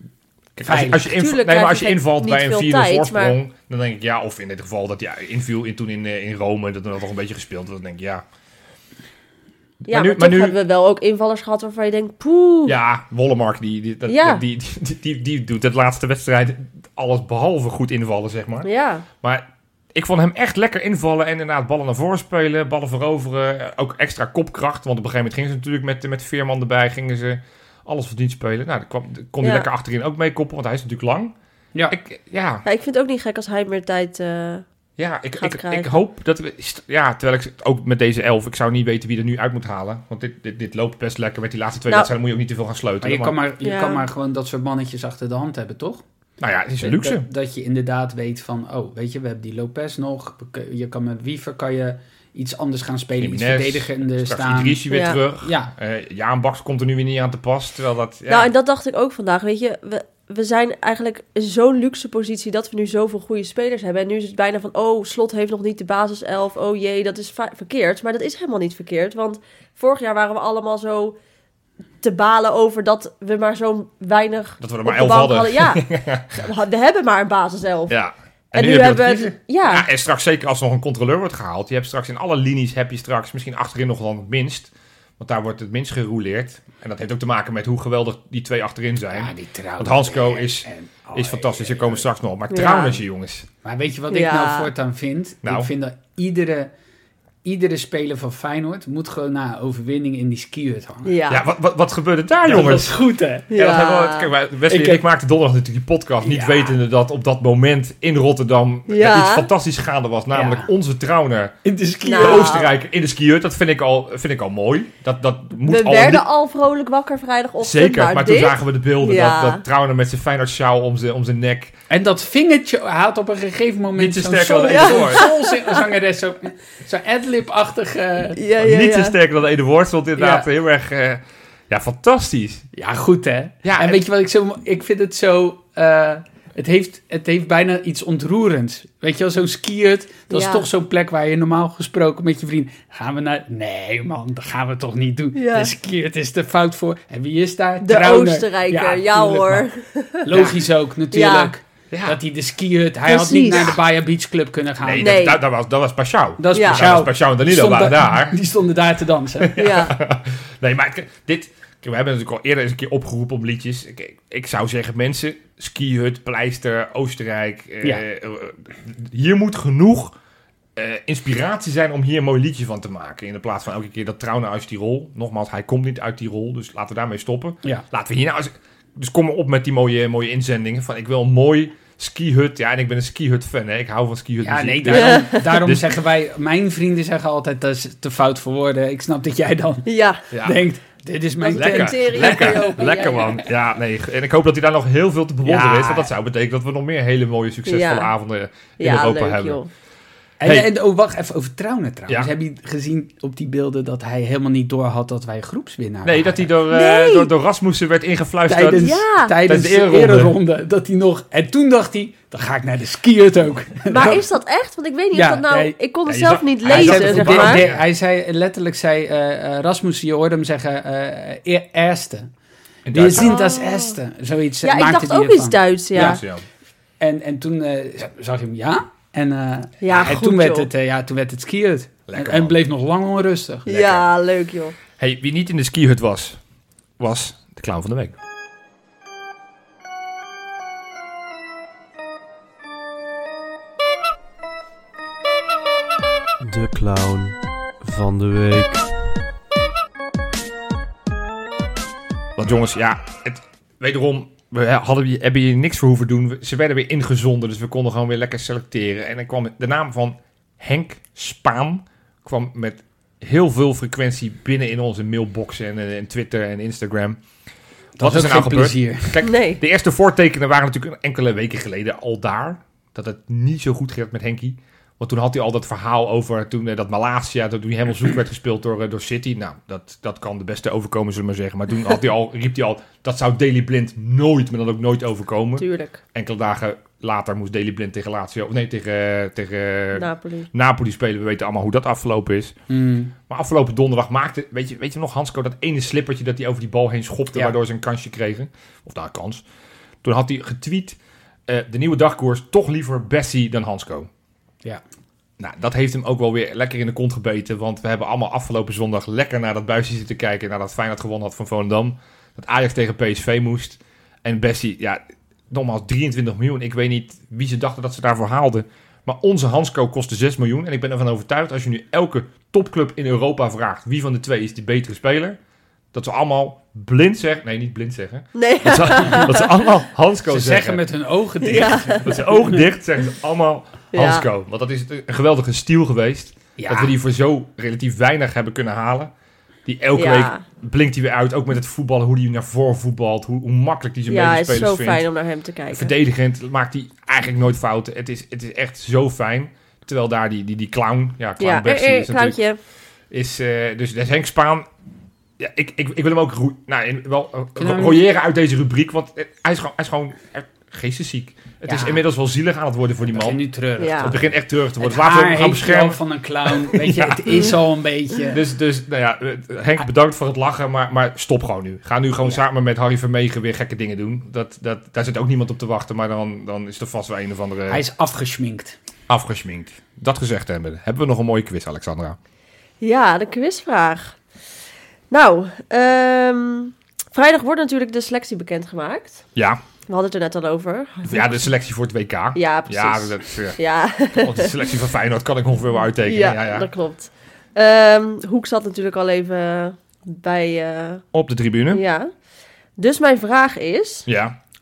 S2: als je,
S3: Veilig.
S2: als je, inv-
S4: Tuurlijk
S2: nee, maar
S4: krijg
S2: als
S4: je
S2: je invalt
S4: niet
S2: bij
S4: veel
S2: een 4-0
S4: tijd,
S2: voorsprong, dan denk ik ja. Of in dit geval dat hij inviel in, toen in, eh, in Rome, dat had nog een beetje gespeeld. Dan denk ik ja.
S4: Ja, maar, toch hebben we wel ook invallers gehad waarvan je denkt, poeh.
S2: ja, Wollemark die, die, dat-
S4: Ja.
S2: die, die, die, die, die doet het laatste wedstrijd alles behalve goed invallen, zeg maar.
S4: Ja.
S2: Maar ik vond hem echt lekker invallen en inderdaad ballen naar voren spelen, ballen veroveren. eh, Ook extra kopkracht, want op een gegeven moment gingen ze natuurlijk met, eh, met Veerman erbij, gingen ze alles verdiend spelen. Nou, daar kwam, daar kon hij
S4: Ja.
S2: lekker achterin ook mee koppelen, want hij is natuurlijk lang.
S3: Ja.
S2: Ik, ja,
S4: Ja, ik vind het ook niet gek als hij meer tijd... eh,
S2: Ja, ik,
S4: gaat
S2: ik, ik
S4: krijgen.
S2: hoop dat we... st- Ja, terwijl ik ook met deze elf... Ik zou niet weten wie er nu uit moet halen. Want dit, dit, dit loopt best lekker. Met die laatste twee
S4: Nou.
S2: wedstrijden moet je ook niet te veel gaan
S3: Maar
S2: sleutelen.
S3: je kan maar, je
S4: Ja.
S3: kan maar gewoon dat soort mannetjes achter de hand hebben, toch?
S2: Nou ja, het is een luxe.
S3: Dat, dat je inderdaad weet van, oh, weet je, we hebben die Lopez nog. Je kan met Wiever kan je iets anders gaan spelen. Iets
S2: Jiménez,
S3: verdedigende
S2: Straks
S3: staan.
S2: Idrissi weer
S4: Ja.
S2: terug.
S3: Ja,
S2: Eh, ja, een Baks komt er nu weer niet aan te pas. Terwijl dat... Ja.
S4: Nou, en dat dacht ik ook vandaag. Weet je, we, we zijn eigenlijk in zo'n luxe positie dat we nu zoveel goede spelers hebben. En nu is het bijna van, oh, Slot heeft nog niet de basiself. Oh jee, dat is va- verkeerd. Maar dat is helemaal niet verkeerd. Want vorig jaar waren we allemaal zo te balen over dat we maar zo weinig
S2: Dat we er
S4: op
S2: maar
S4: de
S2: elf
S4: bank
S2: hadden.
S4: Ja, we hebben maar een basiself.
S2: Ja.
S4: En, nu,
S2: heb je dat
S4: hebben we...
S2: kiezen.
S4: het- Ja,
S2: Ja, en straks zeker als er nog een controleur wordt gehaald. Je hebt straks in alle linies heb je straks misschien achterin nog dan het minst. Want daar wordt het minst gerouleerd. En dat heeft ook te maken met hoe geweldig die twee achterin zijn.
S3: ja, die trouw.
S2: Want Hansco is-
S3: en-
S2: Is fantastisch, daar komen we straks nog op. Maar
S4: Ja.
S2: trouwens, jongens.
S3: Maar weet je wat ik
S4: Ja.
S3: nou voortaan vind?
S2: Nou.
S3: Ik vind dat iedere, iedere speler van Feyenoord moet gewoon na een overwinning in die skihut hangen.
S4: ja.
S2: Ja, wat, wat, wat gebeurde daar,
S3: Ja, dat
S2: jongens?
S3: is goed, hè?
S2: Ja, dat hebben we,
S4: Ja.
S2: kijk, wij- Wesley
S3: Ik
S2: ik,
S3: heb-
S2: en ik maakten donderdag natuurlijk die podcast. Niet
S3: Ja.
S2: wetende dat op dat moment in Rotterdam er
S4: Ja.
S2: iets fantastisch gaande was. Namelijk
S3: Ja.
S2: onze trouwner,
S3: In de skihut.
S2: de
S4: Nou.
S2: Oostenrijker, in de skihut. Dat vind ik al, vind ik al mooi. Dat, dat moet
S4: we
S2: al
S4: werden
S2: niet-
S4: al vrolijk wakker vrijdagochtend.
S2: Zeker, maar, toen
S4: dit-
S2: zagen we de beelden
S4: Ja.
S2: dat, dat Trauner met zijn Feyenoord sjaal om zijn, om zijn nek.
S3: En dat vingertje haalt op een gegeven moment
S2: Niet te
S3: zo'n
S2: sterk
S3: soul-
S2: dan
S3: ja,
S2: één door.
S3: zo'n soulzangeres, zo'n zo'n adlib-achtige...
S4: Ja, ja,
S2: Niet
S4: ja.
S2: te sterker dan Ede Woord, want inderdaad
S3: Ja.
S2: heel erg... eh, ja, fantastisch.
S3: Ja, goed hè.
S2: Ja,
S3: en
S2: en-
S3: weet je wat ik zo... mo- Ik vind het zo... eh, het, heeft, het heeft bijna iets ontroerends. Weet je wel, zo'n skihut, dat
S4: Ja.
S3: is toch zo'n plek waar je normaal gesproken met je vriend... Gaan we naar... Nee man, dat gaan we toch niet doen.
S4: Ja.
S3: De skihut is te fout voor. En wie is daar?
S4: De
S3: Trauner.
S4: Oostenrijker, ja,
S3: tuurlijk,
S4: hoor.
S3: man. Logisch ook, natuurlijk.
S2: Ja.
S3: Dat hij de skihut... Hij had niet
S4: Precies.
S3: naar de Baja Beach Club kunnen gaan.
S2: nee,
S4: Nee.
S2: Dat, dat, dat was, dat was Pashao.
S3: Dat is
S4: Ja.
S2: Dat was
S3: speciaal.
S2: Pashao en
S3: Die
S2: Danilo waren
S3: stonden-
S2: daar.
S3: Die stonden daar te dansen.
S4: Ja,
S2: Nee, maar k- dit... kijk, We hebben natuurlijk al eerder eens een keer opgeroepen om liedjes. Ik, ik zou zeggen, mensen, skihut, pleister, Oostenrijk. eh,
S3: Ja.
S2: eh, hier moet genoeg eh, inspiratie zijn om hier een mooi liedje van te maken. In de plaats van elke keer dat Trauner uit Tirol. Nogmaals, hij komt niet uit Tirol, dus laten we daarmee stoppen.
S3: Ja.
S2: Laten we hier nou eens... Dus kom maar op met die mooie, mooie inzendingen. Van ik wil een mooi skihut. Ja, en ik ben een skihut fan. Hè. Ik hou van skihut
S3: Ja, nee,
S2: muziek.
S3: daarom, Dus daarom
S2: Dus-
S3: zeggen wij, mijn vrienden zeggen altijd dat is te fout voor woorden. Ik snap dat jij dan
S4: ja.
S2: Ja.
S3: denkt, dit is mijn
S4: Dat is
S3: tent.
S4: een
S2: Lekker,
S4: Tering,
S2: lekker,
S4: lopen,
S2: lekker
S4: ja.
S2: man. Ja, nee. En ik hoop dat hij daar nog heel veel te bewonderen
S3: Ja.
S2: is. Want dat zou betekenen dat we nog meer hele mooie succesvolle
S4: Ja.
S2: avonden in
S4: ja,
S2: Europa
S4: leuk,
S2: hebben.
S4: joh.
S3: En,
S2: Hey.
S3: en oh, wacht even over Trouwner trouwens.
S2: Ja.
S3: Heb je gezien op die beelden dat hij helemaal niet door had dat wij groepswinnaar
S2: Nee, dat
S3: waren?
S2: hij door, eh,
S4: Nee.
S2: door, door Rasmussen werd ingefluisterd.
S3: Tijdens,
S4: Ja.
S3: tijdens
S2: Tijdens
S3: de
S2: de
S3: ereronde.
S2: ereronde.
S3: dat hij nog... En toen dacht hij, dan ga ik naar de skiert ook.
S4: Maar is dat echt? Want ik weet niet
S3: Ja,
S4: of dat nou...
S3: nee.
S4: ik kon het
S2: Ja, je
S4: zelf
S2: zag-
S4: niet
S2: hij zat
S4: lezen,
S2: er
S4: zeg
S2: voorbij.
S4: maar.
S2: Nee.
S3: Hij zei, letterlijk zei eh, eh, Rasmussen, je hoorde hem zeggen, eh eh, eerste.
S2: In
S3: Wir
S2: Duitsland.
S3: sind das
S4: Oh.
S3: Erste. Zoiets eh,
S4: Ja, ik
S3: maakte
S4: dacht
S3: hij
S4: ook
S3: ervan.
S4: iets Duits, ja.
S2: Ja.
S3: En, en toen eh, zag je hem ja. En, eh,
S4: Ja,
S3: en
S4: goed,
S3: toen, werd
S4: joh.
S3: het, eh, ja, toen werd het skiën. En,
S2: Lekker,
S3: en
S2: man.
S3: bleef nog lang onrustig.
S4: Ja,
S2: Lekker.
S4: leuk joh.
S2: Hey, wie niet in de skihut was, was de clown van de week.
S1: De clown van de week.
S2: Want jongens, ja, het, wederom, we hadden, hier- hebben hier niks voor hoeven doen. We- Ze werden weer ingezonden, dus we konden gewoon weer lekker selecteren. En dan kwam de naam van Henk Spaan kwam met heel veel frequentie binnen in onze mailboxen en, eh, en Twitter en Instagram. Wat is er nou gebeurd?
S3: plezier.
S2: Kijk,
S4: Nee.
S2: de eerste voortekenen waren natuurlijk enkele weken geleden al daar. Dat het niet zo goed ging met Henkie. Want toen had hij al dat verhaal over toen eh, dat Malasia, dat toen hij helemaal zoek werd gespeeld door, eh, door City. Nou, dat, dat kan de beste overkomen, zullen we maar zeggen. Maar toen had hij al, riep hij al, dat zou Daily Blind nooit, maar dan ook nooit overkomen.
S4: Tuurlijk.
S2: Enkele dagen later moest Daily Blind tegen Lazio, of nee, tegen, eh, tegen eh,
S4: Napoli.
S2: Napoli spelen. We weten allemaal hoe dat afgelopen is.
S3: Mm.
S2: Maar afgelopen donderdag maakte, weet je, weet je nog, Hansco, dat ene slippertje dat hij over die bal heen schopte,
S3: Ja.
S2: waardoor ze een kansje kregen. Of daar kans. Toen had hij getweet, eh, de nieuwe dagkoers, toch liever Bessie dan Hansco.
S3: Ja.
S2: Nou, dat heeft hem ook wel weer lekker in de kont gebeten, want we hebben allemaal afgelopen zondag lekker naar dat buisje zitten kijken, naar dat Feyenoord gewonnen had van Volendam. Dat Ajax tegen PSV moest. En Bessie, ja, nogmaals 23 miljoen. Ik weet niet wie ze dachten dat ze daarvoor haalden. Maar onze Hansco kostte 6 miljoen. En ik ben ervan overtuigd, als je nu elke topclub in Europa vraagt... wie van de twee is de betere speler... dat ze allemaal blind zeggen... Nee, niet blind zeggen.
S4: Nee.
S2: Dat ze, dat ze allemaal Hansco
S3: Ze
S2: zeggen.
S3: zeggen met hun ogen dicht.
S4: Ja.
S2: Met zijn ogen dicht zeggen ze allemaal
S4: Ja.
S2: Hansco. Want dat is een geweldige stiel geweest.
S3: Ja.
S2: Dat we die voor zo relatief weinig hebben kunnen halen. Die elke
S4: Ja.
S2: week blinkt hij weer uit. Ook met het voetballen, hoe hij naar voren voetbalt. Hoe, hoe makkelijk hij zijn
S4: Ja, het is
S2: medespelers
S4: zo
S2: vindt.
S4: fijn om naar hem te kijken.
S2: Verdedigend maakt hij eigenlijk nooit fouten. Het is, het is echt zo fijn. Terwijl daar die, die, die clown, ja, clown
S4: Ja,
S2: Betsy
S4: eh, eh,
S2: is natuurlijk...
S4: clowntje.
S2: Is, eh, dus dat is Henk Spaan. Ja, ik, ik, ik wil hem ook roe- nou, in- wel, eh,
S3: Kunnen we-
S2: royeren uit deze rubriek, want eh, hij is gewoon, hij is gewoon eh, geestesziek. Het
S3: Ja.
S2: is inmiddels wel zielig aan het worden voor die
S3: begin
S2: man.
S3: nu treurig.
S4: Ja.
S2: Het begint echt treurig te
S3: Het
S2: worden. Laten we
S3: haar
S2: hem gaan
S3: heeft
S2: beschermen.
S3: wel van een clown. Weet je,
S2: Ja.
S3: het is al een beetje...
S2: Dus, dus nou ja, eh, Henk, bedankt voor het lachen, maar, maar stop gewoon nu. Ga nu gewoon
S3: Ja.
S2: samen met Harry Vermegen weer gekke dingen doen. Dat, dat, daar zit ook niemand op te wachten, maar dan, dan is er vast wel een of andere
S3: Hij is afgeschminkt.
S2: afgesminkt. Dat gezegd hebben, hebben we nog een mooie quiz, Alexandra.
S4: Ja, de quizvraag. Nou, ehm, vrijdag wordt natuurlijk de selectie bekendgemaakt.
S2: Ja,
S4: We hadden het er net al over.
S2: ja de selectie voor het WK. Ja,
S4: Ja, precies.
S2: dat is, eh,
S4: Ja,
S2: want de selectie van Feyenoord kan ik ongeveer wel uittekenen. Ja, ja,
S4: dat klopt. Ehm, Hoek zat natuurlijk al even bij... eh,
S2: Op de tribune. Ja.
S4: ja. Dus mijn vraag is,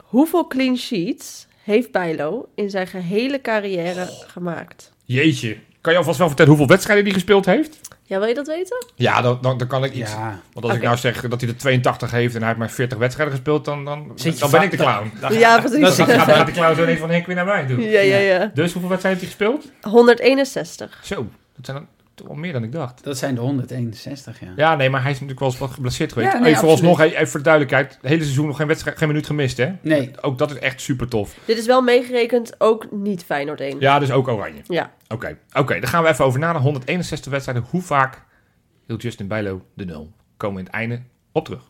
S4: hoeveel clean sheets heeft Bijlo in zijn gehele carrière gemaakt?
S2: Jeetje. Kan je alvast wel vertellen hoeveel wedstrijden hij gespeeld heeft?
S4: Ja, wil je dat weten?
S2: Ja, dan, dan, dan kan ik iets.
S3: Ja.
S2: Want als ik
S4: Oké.
S2: nou zeg dat hij er 82 heeft en hij heeft maar 40 wedstrijden gespeeld, dan, dan,
S3: Zit je
S2: dan ben
S3: va-
S2: ik de clown.
S4: ja, precies.
S2: Dan gaat, gaat de clown zo ineens van Henk weer naar mij doen.
S4: Ja, ja, ja.
S2: Dus hoeveel wedstrijden heeft hij gespeeld?
S4: 161.
S2: Zo, dat zijn dan toch wel meer dan ik dacht.
S3: Dat zijn de 161, ja.
S2: Ja, nee, maar hij is natuurlijk wel eens wat geblesseerd geweest.
S3: Ja, nee,
S2: even vooralsnog,
S3: absoluut.
S2: even voor de duidelijkheid, het hele seizoen nog geen, wedstrijd, geen minuut gemist, hè?
S3: Nee,
S2: Ook dat is echt super tof.
S4: Dit is wel meegerekend, ook niet Feyenoord 1.
S2: Ja, dus ook oranje.
S4: Ja.
S2: Oké, oké, daar gaan we even over nadenken. 161 wedstrijden, hoe vaak hield Justin Bijlo de nul? Komen we in het einde op terug.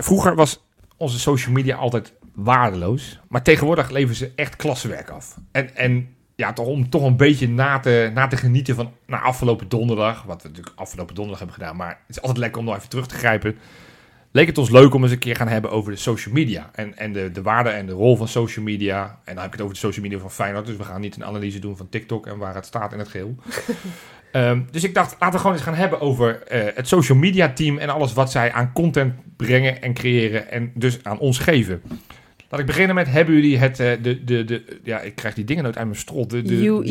S2: Vroeger was onze social media altijd waardeloos. Maar tegenwoordig leveren ze echt klassenwerk af. En, en ja, toch om toch een beetje na te, na te genieten van na afgelopen donderdag. Wat we natuurlijk afgelopen donderdag hebben gedaan. Maar het is altijd lekker om nog even terug te grijpen. Leek het ons leuk om eens een keer gaan hebben over de social media. En, en de, de waarde en de rol van social media. En dan heb ik het over de social media van Feyenoord. Dus we gaan niet een analyse doen van TikTok en waar het staat in het geheel. Ehm, dus ik dacht, laten we gewoon eens gaan hebben over eh, het social media team en alles wat zij aan content brengen en creëren en dus aan ons geven. Laat ik beginnen met, hebben jullie het, eh, de, de, de, ja, ik krijg die dingen nooit uit mijn strot. De, de,
S4: UEL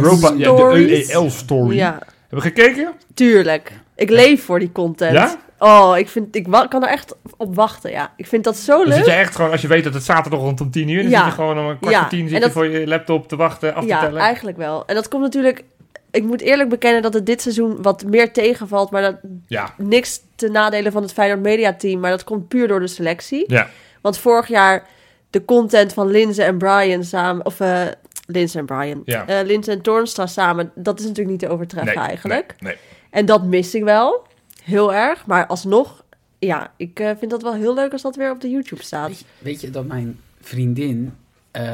S2: de Europa- ja,
S4: E stories.
S2: de EEL story.
S4: Ja,
S2: Hebben we gekeken?
S4: tuurlijk. Ik leef voor die content.
S2: Ja?
S4: Oh, ik, vind, ik wa- kan er echt op wachten, ja. Ik vind dat zo
S2: Dan zit je
S4: leuk.
S2: echt gewoon, als je weet dat het zaterdag rond om 10 uur, dan
S4: Ja.
S2: zit je gewoon om een kwart
S4: Ja,
S2: voor tien
S4: en
S2: zit
S4: dat-
S2: je voor je laptop te wachten, af te
S4: Ja,
S2: tellen.
S4: eigenlijk wel. En dat komt natuurlijk... Ik moet eerlijk bekennen dat het dit seizoen wat meer tegenvalt. Maar dat,
S2: Ja,
S4: niks ten nadele van het Feyenoord media team. Maar dat komt puur door de selectie.
S2: ja.
S4: Want vorig jaar de content van Linze en Brian samen... Of eh Linze en Brian.
S2: Ja.
S4: Eh, Linze en Toornstra samen. Dat is natuurlijk niet te overtreffen
S2: Nee,
S4: eigenlijk.
S2: Nee,
S4: En dat mis ik wel. Heel erg. Maar alsnog, ja, ik eh, vind dat wel heel leuk als dat weer op de YouTube
S3: Weet
S4: staat.
S3: je, weet je dat mijn vriendin, eh,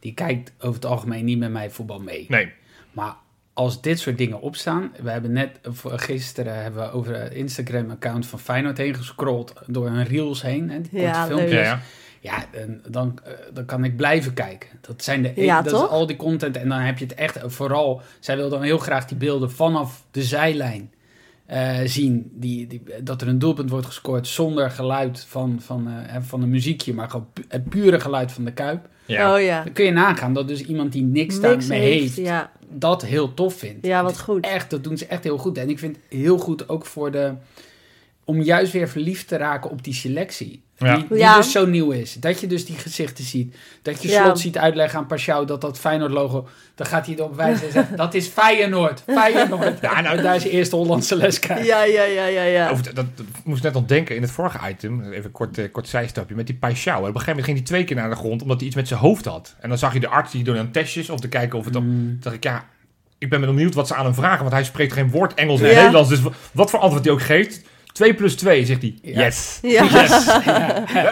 S3: die kijkt over het algemeen niet met mij voetbal mee.
S2: nee, nee.
S3: Maar als dit soort dingen opstaan, we hebben net eh, voor- gisteren hebben we over het Instagram-account van Feyenoord heen gescrolld door een reels heen, hè, die korte
S4: Ja,
S3: filmpjes.
S2: Ja,
S4: leuk.
S2: ja.
S3: Ja, en dan, eh, dan kan ik blijven kijken. Dat zijn de,
S4: Ja,
S3: dat
S4: toch?
S3: is al die content. En dan heb je het echt, vooral, zij wil dan heel graag die beelden vanaf de zijlijn eh, zien. Die, die, dat er een doelpunt wordt gescoord zonder geluid van, van, eh, hè, van een muziekje, maar gewoon pu- het pure geluid van de kuip.
S2: ja.
S4: Oh ja.
S3: Dan kun je nagaan dat dus iemand die niks
S4: Niks
S3: daarmee
S4: heeft.
S3: heeft,
S4: Ja.
S3: dat heel tof vindt.
S4: ja, wat
S3: Dus
S4: goed.
S3: Echt, dat doen ze echt heel goed. En ik vind het heel goed ook voor de... Om juist weer verliefd te raken op die selectie.
S2: Ja.
S3: Die, die
S4: Ja.
S3: dus zo nieuw is. Dat je dus die gezichten ziet. Dat je
S4: Ja.
S3: slot ziet uitleggen aan Pashao dat dat Feyenoord-logo... Dan gaat hij erop wijzen en zegt, dat is Feyenoord. Feyenoord. Ja, nou, daar is de eerste Hollandse les krijgen.
S4: Ja, ja, ja, ja, ja.
S2: Over- dat, dat moest ik net ontdenken in het vorige item. Even een kort, eh, kort zijstapje met die Paixão. En Op een gegeven moment ging hij twee keer naar de grond omdat hij iets met zijn hoofd had. En dan zag je de arts die doet aan testjes om te kijken of het. dan
S3: Mm.
S2: dacht ik, ja, ik ben benieuwd wat ze aan hem vragen. Want hij spreekt geen woord Engels en
S4: Ja.
S2: Nederlands. Dus wa- wat voor antwoord hij ook geeft. 2 plus 2, zegt hij.
S3: Ja.
S2: Yes.
S4: Ja.
S2: Yes. Dat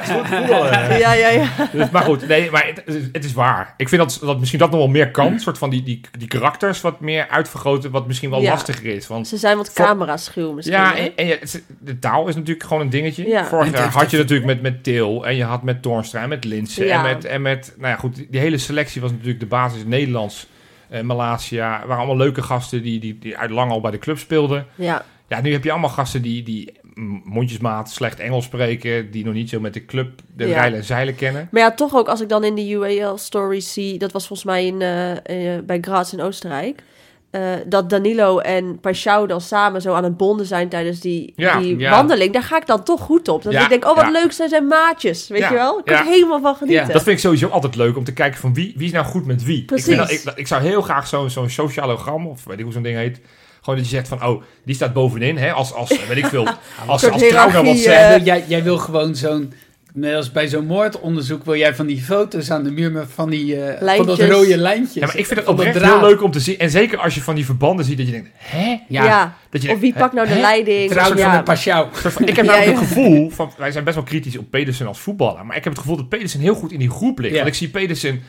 S2: is goed voetballen.
S4: Ja, ja, ja.
S2: Dus, maar goed, nee, maar het, is- het is waar. Ik vind dat, dat misschien dat nog wel meer kan. Een soort van die, die, die karakters wat meer uitvergroten, wat misschien wel
S4: Ja.
S2: lastiger is. Want
S4: Ze zijn wat
S2: Voor-
S4: camera-schuw misschien.
S2: ja,
S4: hè?
S2: en, en je- het- de taal is natuurlijk gewoon een dingetje.
S4: Ja.
S2: Vorig
S3: En
S2: jaar
S3: het-
S2: had je natuurlijk met, met Til en je had met Toornstra en met Linsen
S4: Ja.
S2: en, met, en met... Nou ja, goed, die, die hele selectie was natuurlijk de basis Nederlands, eh Malaysia. waren allemaal leuke gasten die, die, die uit lang al bij de club speelden.
S4: ja.
S2: Ja, nu heb je allemaal gasten die, die mm, mondjesmaat slecht Engels spreken... die nog niet zo met de club de
S4: Ja.
S2: rijlen en zeilen kennen.
S4: Maar ja, toch ook als ik dan in de UAL stories zie, dat was volgens mij in, eh, eh, bij Graz in Oostenrijk. eh, eh, dat Danilo en Paschou dan samen zo aan het bonden zijn tijdens die,
S2: Ja,
S4: die
S3: ja.
S4: wandeling. Daar ga ik dan toch goed op. Dat
S2: Ja,
S4: ik denk, oh wat
S2: ja.
S4: leuk, zij zijn maatjes. Weet
S2: Ja,
S4: je wel? Ik kan
S2: ja.
S4: er helemaal van genieten.
S3: Ja,
S2: Dat vind ik sowieso altijd leuk om te kijken van wie, wie is nou goed met wie.
S4: Precies.
S2: Ik, vind dat- ik, dat- ik zou heel graag zo'n zo'n socialogram, of weet ik hoe zo'n ding heet. Gewoon dat je zegt van, oh, die staat bovenin. Hè, als, als, eh, weet ik veel, als,
S4: soort
S2: als trouw nou wat
S4: hiërarchie,
S2: zegt.
S4: eh,
S3: Wil jij, jij wil gewoon zo'n... Net als bij zo'n moordonderzoek wil jij van die foto's aan de muur met van, die, eh van dat
S4: Lijntjes.
S3: rode lijntje.
S2: Ja, maar ik vind het
S3: Van dat
S2: oprecht heel
S3: draad.
S2: leuk om te zien. En zeker als je van die verbanden ziet dat je denkt, hè?
S3: Ja,
S4: Ja.
S2: Dat je
S4: Of wie
S2: denkt,
S4: pakt nou de
S3: hè?
S4: leiding?
S3: trouwens
S4: ja.
S3: van een pasjouw.
S2: Soort van- Ik heb
S4: Ja,
S2: namelijk
S4: ja.
S2: het gevoel, van, wij zijn best wel kritisch op Pedersen als voetballer, maar ik heb het gevoel dat Pedersen heel goed in die groep ligt.
S3: Ja.
S2: Want ik zie Pedersen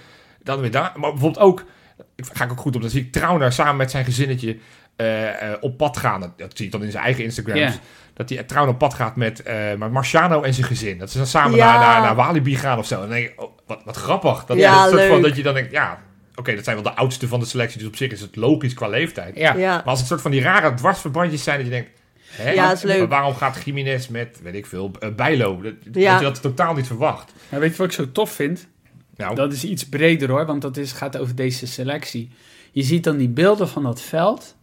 S2: dan weer daar, maar bijvoorbeeld ook, ik ga ik ook goed op, dan zie ik Trauner samen met zijn gezinnetje eh, eh, op pad gaan. Dat, dat zie ik dan in zijn eigen Instagrams.
S3: Ja.
S2: Dat hij Trauner op pad gaat met, eh, met Marciano en zijn gezin. Dat ze dan samen
S4: Ja.
S2: naar, naar, naar Walibi gaan of zo. En dan denk ik, oh, wat, wat grappig. Dat,
S4: Ja,
S2: dat, soort van,
S4: leuk.
S2: dat je dan denkt, ja, oké, dat zijn wel de oudste van de selectie, dus op zich is het logisch qua leeftijd.
S3: Ja.
S4: Ja.
S2: Maar als het soort van die rare dwarsverbandjes zijn dat je denkt... Hè,
S4: Ja, is leuk.
S2: Maar waarom gaat Jiménez met, weet ik veel, eh, Bijlo? Dat,
S4: Ja.
S2: dat je dat totaal niet verwacht.
S3: Maar weet je wat ik zo tof vind?
S2: Nou,
S3: Dat is iets breder hoor, want dat is, gaat over deze selectie. Je ziet dan die beelden van dat veld.